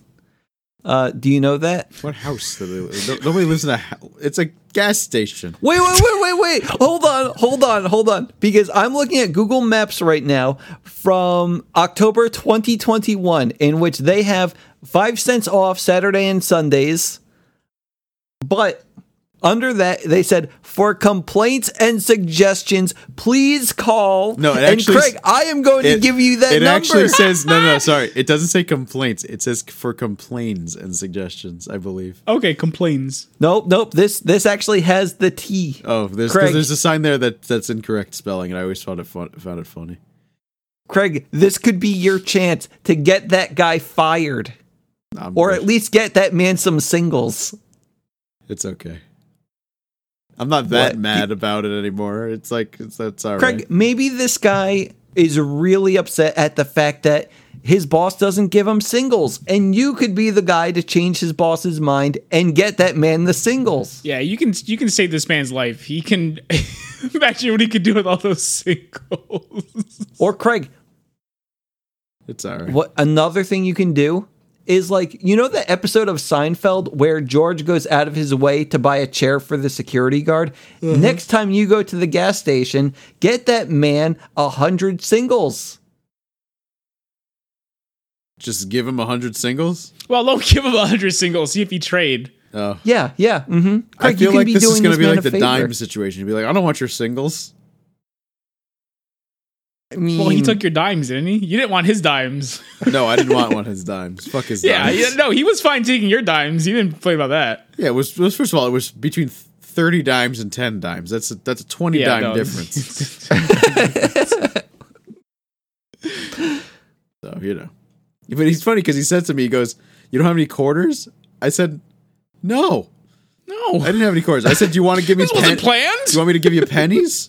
[SPEAKER 1] Uh, do you know that?
[SPEAKER 2] what house? Did they, no- nobody lives in a house. It's a gas station.
[SPEAKER 1] Wait, wait, wait, wait, wait. Hold on, hold on, hold on. Because I'm looking at Google Maps right now from October 2021, in which they have five cents off Saturday and Sundays. But under that, they said for complaints and suggestions, please call.
[SPEAKER 2] No, it
[SPEAKER 1] and
[SPEAKER 2] actually s-
[SPEAKER 1] Craig, I am going to
[SPEAKER 2] It-
[SPEAKER 1] give you that
[SPEAKER 2] It
[SPEAKER 1] number.
[SPEAKER 2] actually says no,
[SPEAKER 1] <laughs>
[SPEAKER 2] no. Sorry, it doesn't say complaints. It says for complaints and suggestions. I believe.
[SPEAKER 3] Okay, complains.
[SPEAKER 1] nope, nope. This this actually has the T.
[SPEAKER 2] Oh, there's 'cause
[SPEAKER 1] Craig.
[SPEAKER 2] there's a sign there that that's incorrect spelling, and I always found it fun, found it funny.
[SPEAKER 1] Craig, this could be your chance to get that guy fired.
[SPEAKER 2] I'm-
[SPEAKER 1] or at least get that man some singles.
[SPEAKER 2] it's okay. I'm not that
[SPEAKER 1] What?
[SPEAKER 2] mad about it anymore. It's like it's that's all right.
[SPEAKER 1] Craig, maybe this guy is really upset at the fact that his boss doesn't give him singles, and you could be the guy to change his boss's mind and get that man the singles.
[SPEAKER 3] Yeah, you can you can save this man's life. He can <laughs> imagine what he could do with all those singles.
[SPEAKER 1] Or Craig,
[SPEAKER 2] It's all right.
[SPEAKER 1] what another thing you can do is like you know that episode of Seinfeld where George goes out of his way to buy a chair for the security guard. Next time you go to the gas station, get that man a hundred singles.
[SPEAKER 2] Just give him a hundred singles.
[SPEAKER 3] well, don't give him a hundred singles. See if he trade.
[SPEAKER 2] Oh,
[SPEAKER 1] Yeah, yeah. Mm-hmm.
[SPEAKER 2] I feel like this is going to be like the
[SPEAKER 1] dimes.
[SPEAKER 2] dime situation. You'd be like, I don't want your singles.
[SPEAKER 1] I mean,
[SPEAKER 3] Well, he took your dimes, didn't he? You didn't want his dimes.
[SPEAKER 2] No, I didn't want one of his dimes. Fuck
[SPEAKER 1] <laughs>
[SPEAKER 2] his
[SPEAKER 3] <laughs> yeah,
[SPEAKER 2] dimes.
[SPEAKER 3] yeah, no, he was fine taking your dimes. You didn't play about that.
[SPEAKER 2] Yeah, it was, it was first of all, it was between thirty dimes and ten dimes. That's a, that's a twenty
[SPEAKER 3] Yeah,
[SPEAKER 2] dime
[SPEAKER 3] no. <laughs>
[SPEAKER 2] difference. So you know, but he's funny because he said to me, he goes, "You don't have any quarters?" I said, "No, I
[SPEAKER 3] no,
[SPEAKER 2] didn't have any quarters." I said, "Do you want to
[SPEAKER 3] <laughs>
[SPEAKER 2] give me
[SPEAKER 3] this wasn't
[SPEAKER 2] pen-
[SPEAKER 3] planned.
[SPEAKER 2] Do you want me to give you
[SPEAKER 3] <laughs>
[SPEAKER 2] pennies?"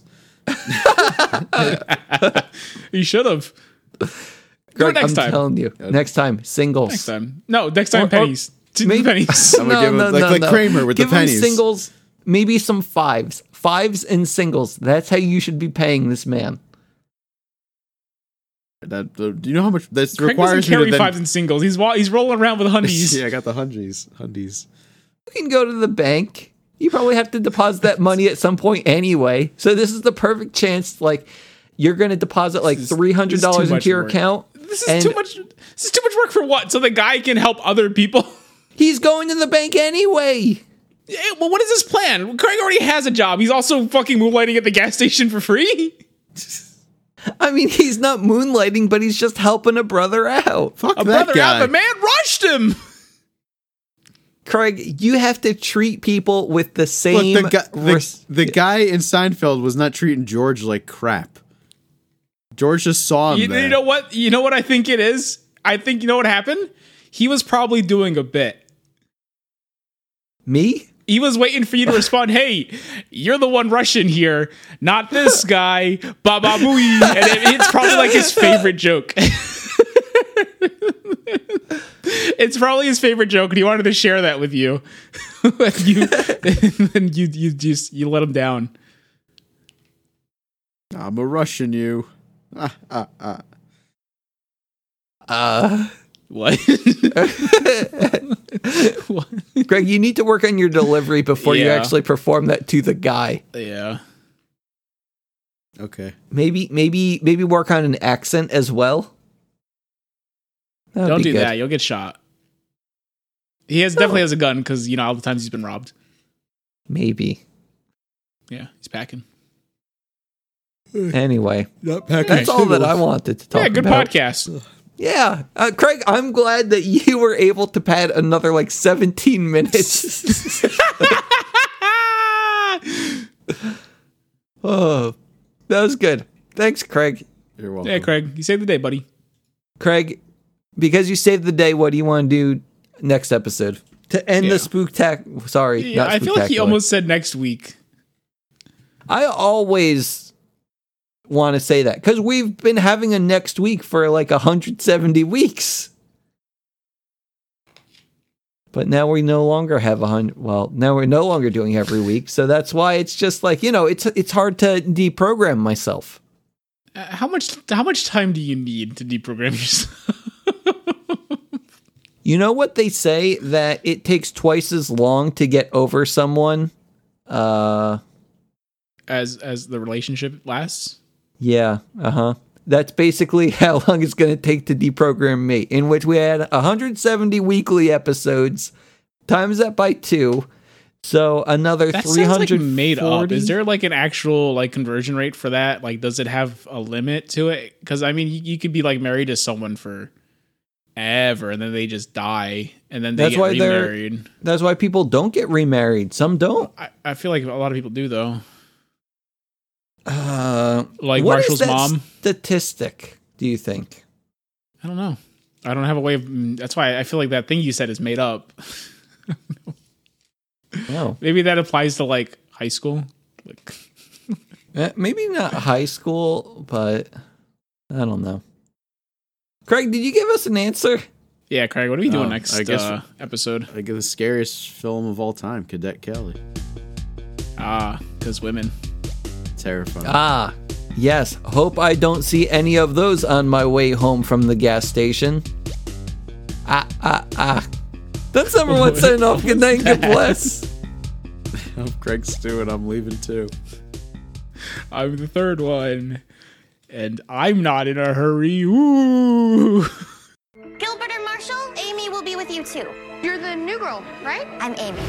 [SPEAKER 3] You should have.
[SPEAKER 1] Greg,
[SPEAKER 3] next
[SPEAKER 1] I'm
[SPEAKER 3] time.
[SPEAKER 1] telling you, next time, singles.
[SPEAKER 3] Next time. No, next time
[SPEAKER 1] Or- or-
[SPEAKER 3] pennies. Two
[SPEAKER 1] maybe- <laughs>
[SPEAKER 3] pennies.
[SPEAKER 2] I'm gonna give him- like- like Kramer with the
[SPEAKER 1] give him
[SPEAKER 2] pennies.
[SPEAKER 1] singles, maybe some fives, fives and singles. That's how you should be paying this man.
[SPEAKER 2] That uh, do you know how much that
[SPEAKER 3] Craig doesn't
[SPEAKER 2] requires me
[SPEAKER 3] carry
[SPEAKER 2] to then-
[SPEAKER 3] fives and singles. He's wa- he's rolling around <laughs> with
[SPEAKER 2] <laughs>
[SPEAKER 3] hundies.
[SPEAKER 2] yeah, I got the hundies, hundies.
[SPEAKER 1] You can go to the bank. You probably have to deposit that money at some point anyway. So this is the perfect chance. Like you're going to deposit like
[SPEAKER 3] is- this is
[SPEAKER 1] three hundred dollars into
[SPEAKER 3] too much
[SPEAKER 1] your
[SPEAKER 3] work.
[SPEAKER 1] account.
[SPEAKER 3] This is
[SPEAKER 1] and
[SPEAKER 3] too much. This is too much work for what? So the guy can help other people. <laughs>
[SPEAKER 1] He's going to the bank anyway.
[SPEAKER 3] Eh, well, what is his plan? Craig already has a job. He's also fucking moonlighting at the gas <laughs> station for free.
[SPEAKER 1] I mean, he's not moonlighting, but he's just helping a brother out.
[SPEAKER 2] Fuck that
[SPEAKER 3] A brother
[SPEAKER 2] guy.
[SPEAKER 3] out. The man rushed him.
[SPEAKER 1] Craig, you have to treat people with the same.
[SPEAKER 2] Look, the, guy, the,
[SPEAKER 1] res-
[SPEAKER 2] the guy in Seinfeld was not treating George like crap. George just saw him
[SPEAKER 3] You, you
[SPEAKER 2] there.
[SPEAKER 3] know what? You know what I think it is. I think you know what happened. He was probably doing a bit. <laughs>
[SPEAKER 1] Me?
[SPEAKER 3] He was waiting for you to respond. Hey, you're the one Russian here, not this guy. Baba booey, and it, it's probably like his favorite joke. <laughs> it's probably his favorite joke, and he wanted to share that with you. <laughs> and you, and you, <laughs> you just you let him down.
[SPEAKER 2] I'm a Russian, you. <laughs> Ah, ah, ah.
[SPEAKER 1] Uh,
[SPEAKER 3] What? <laughs> what?
[SPEAKER 1] Greg, you need to work on your delivery before you
[SPEAKER 3] Yeah.
[SPEAKER 1] actually perform that to the guy.
[SPEAKER 3] Yeah.
[SPEAKER 2] Okay.
[SPEAKER 1] Maybe, maybe, maybe work on an accent as well. That'd
[SPEAKER 3] Don't
[SPEAKER 1] be
[SPEAKER 3] do
[SPEAKER 1] good.
[SPEAKER 3] that. You'll get shot. He has definitely has a gun because you know all the times he's been robbed.
[SPEAKER 1] Maybe.
[SPEAKER 3] Yeah, he's packing. <laughs>
[SPEAKER 1] Anyway,
[SPEAKER 2] Not
[SPEAKER 1] that's all that I wanted to talk
[SPEAKER 3] yeah, good
[SPEAKER 1] about.
[SPEAKER 3] podcast.
[SPEAKER 1] Yeah, uh, Craig, I'm glad that you were able to pad another like 17 <laughs>
[SPEAKER 3] <laughs>
[SPEAKER 1] minutes.
[SPEAKER 3] Ah!
[SPEAKER 1] oh, that was good. Thanks, Craig.
[SPEAKER 2] You're welcome.
[SPEAKER 3] yeah, Craig, you saved the day, buddy.
[SPEAKER 1] Craig, because you saved the day, what do you want to do next episode to end the
[SPEAKER 3] Yeah.
[SPEAKER 1] spooktac? Sorry,
[SPEAKER 3] Yeah,
[SPEAKER 1] not
[SPEAKER 3] I feel like he
[SPEAKER 1] spooktacular.
[SPEAKER 3] almost said next week.
[SPEAKER 1] I always want to say that because we've been having a next week for like 170 weeks. But now we no longer have a hundred. Well, now we're no longer doing every week, so that's why it's just like you know, it's it's hard to deprogram myself.
[SPEAKER 3] Uh, how much? How much time do you need to deprogram <laughs> yourself?
[SPEAKER 1] You know what they say that it takes twice as long to get over someone. Uh,
[SPEAKER 3] As as the relationship lasts,
[SPEAKER 1] Yeah, uh huh. That's basically <laughs> how long it's going to take to deprogram me, in which we had 170 weekly episodes, times that by two. So another
[SPEAKER 3] that sounds like
[SPEAKER 1] 300
[SPEAKER 3] made up. Is there like an actual like conversion rate for that? Like, does it have a limit to it? Because I mean, you, you could be like married to someone for ever, and then they just die, and then they
[SPEAKER 1] That's
[SPEAKER 3] get
[SPEAKER 1] why they're-
[SPEAKER 3] remarried.
[SPEAKER 1] That's why people don't get remarried. Some don't.
[SPEAKER 3] I, I feel like a lot of people do though.
[SPEAKER 1] Uh,
[SPEAKER 3] Like
[SPEAKER 1] what is
[SPEAKER 3] Marshall's
[SPEAKER 1] that
[SPEAKER 3] mom.
[SPEAKER 1] Statistic? Do you think?
[SPEAKER 3] I don't know. I don't have a way of. mm, That's why I feel like that thing you said is made up. <laughs>
[SPEAKER 1] No,
[SPEAKER 3] Maybe that applies to like high school. Like, <laughs>
[SPEAKER 1] Eh, maybe not high school, but I don't know. Craig, did you give us an answer?
[SPEAKER 3] yeah, Craig, what are we doing
[SPEAKER 2] Oh,
[SPEAKER 3] next
[SPEAKER 2] I guess-
[SPEAKER 3] uh, episode?
[SPEAKER 2] I guess the scariest film of all time, Cadet Kelly.
[SPEAKER 3] Ah, because women.
[SPEAKER 2] Terrifying.
[SPEAKER 1] Ah, yes. Hope I don't see any of those on my way home from the gas station. Ah, ah, ah. That's number one sign off. Good night, good bless.
[SPEAKER 2] I'm Craig Oh, Stewart. I'm leaving too.
[SPEAKER 3] I'm the third one, and I'm not in a hurry. Ooh. <laughs>
[SPEAKER 4] Gilbert and Marshall, Amy will be with you too.
[SPEAKER 5] You're the new girl, right?
[SPEAKER 4] I'm Amy.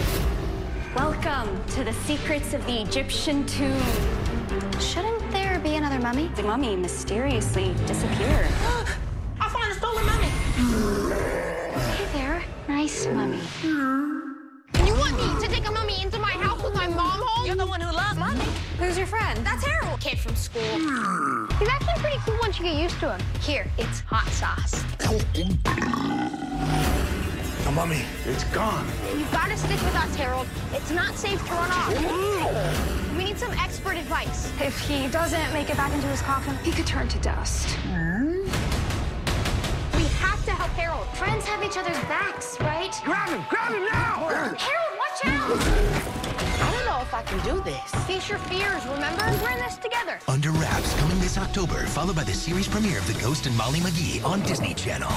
[SPEAKER 5] Welcome to the secrets of the Egyptian tomb. Shouldn't there be another mummy?
[SPEAKER 6] The mummy mysteriously
[SPEAKER 5] <gasps>
[SPEAKER 6] disappeared.
[SPEAKER 4] I found a stolen mummy.
[SPEAKER 5] Hey there, nice mummy.
[SPEAKER 4] You want me to take a mummy into my house with my mom home? You're the one who loves mummy.
[SPEAKER 6] Who's your friend?
[SPEAKER 4] That's Harold, kid from school.
[SPEAKER 5] He's actually pretty cool once you get used to him. Here, it's hot sauce.
[SPEAKER 7] The mummy, it's gone.
[SPEAKER 5] You've got to stick with us, Harold. It's not safe to run off. We need some expert advice.
[SPEAKER 6] If he doesn't make it back into his coffin, he could turn to dust.
[SPEAKER 5] We have to help Harold.
[SPEAKER 4] Friends have each other's backs, right?
[SPEAKER 7] Grab him, grab him now!
[SPEAKER 5] Harold, watch out!
[SPEAKER 4] I don't know if I can do this.
[SPEAKER 5] Face your fears, remember? We're in this together.
[SPEAKER 7] Under Wraps coming this October, followed by the series premiere of The Ghost and Molly McGee on Disney Channel.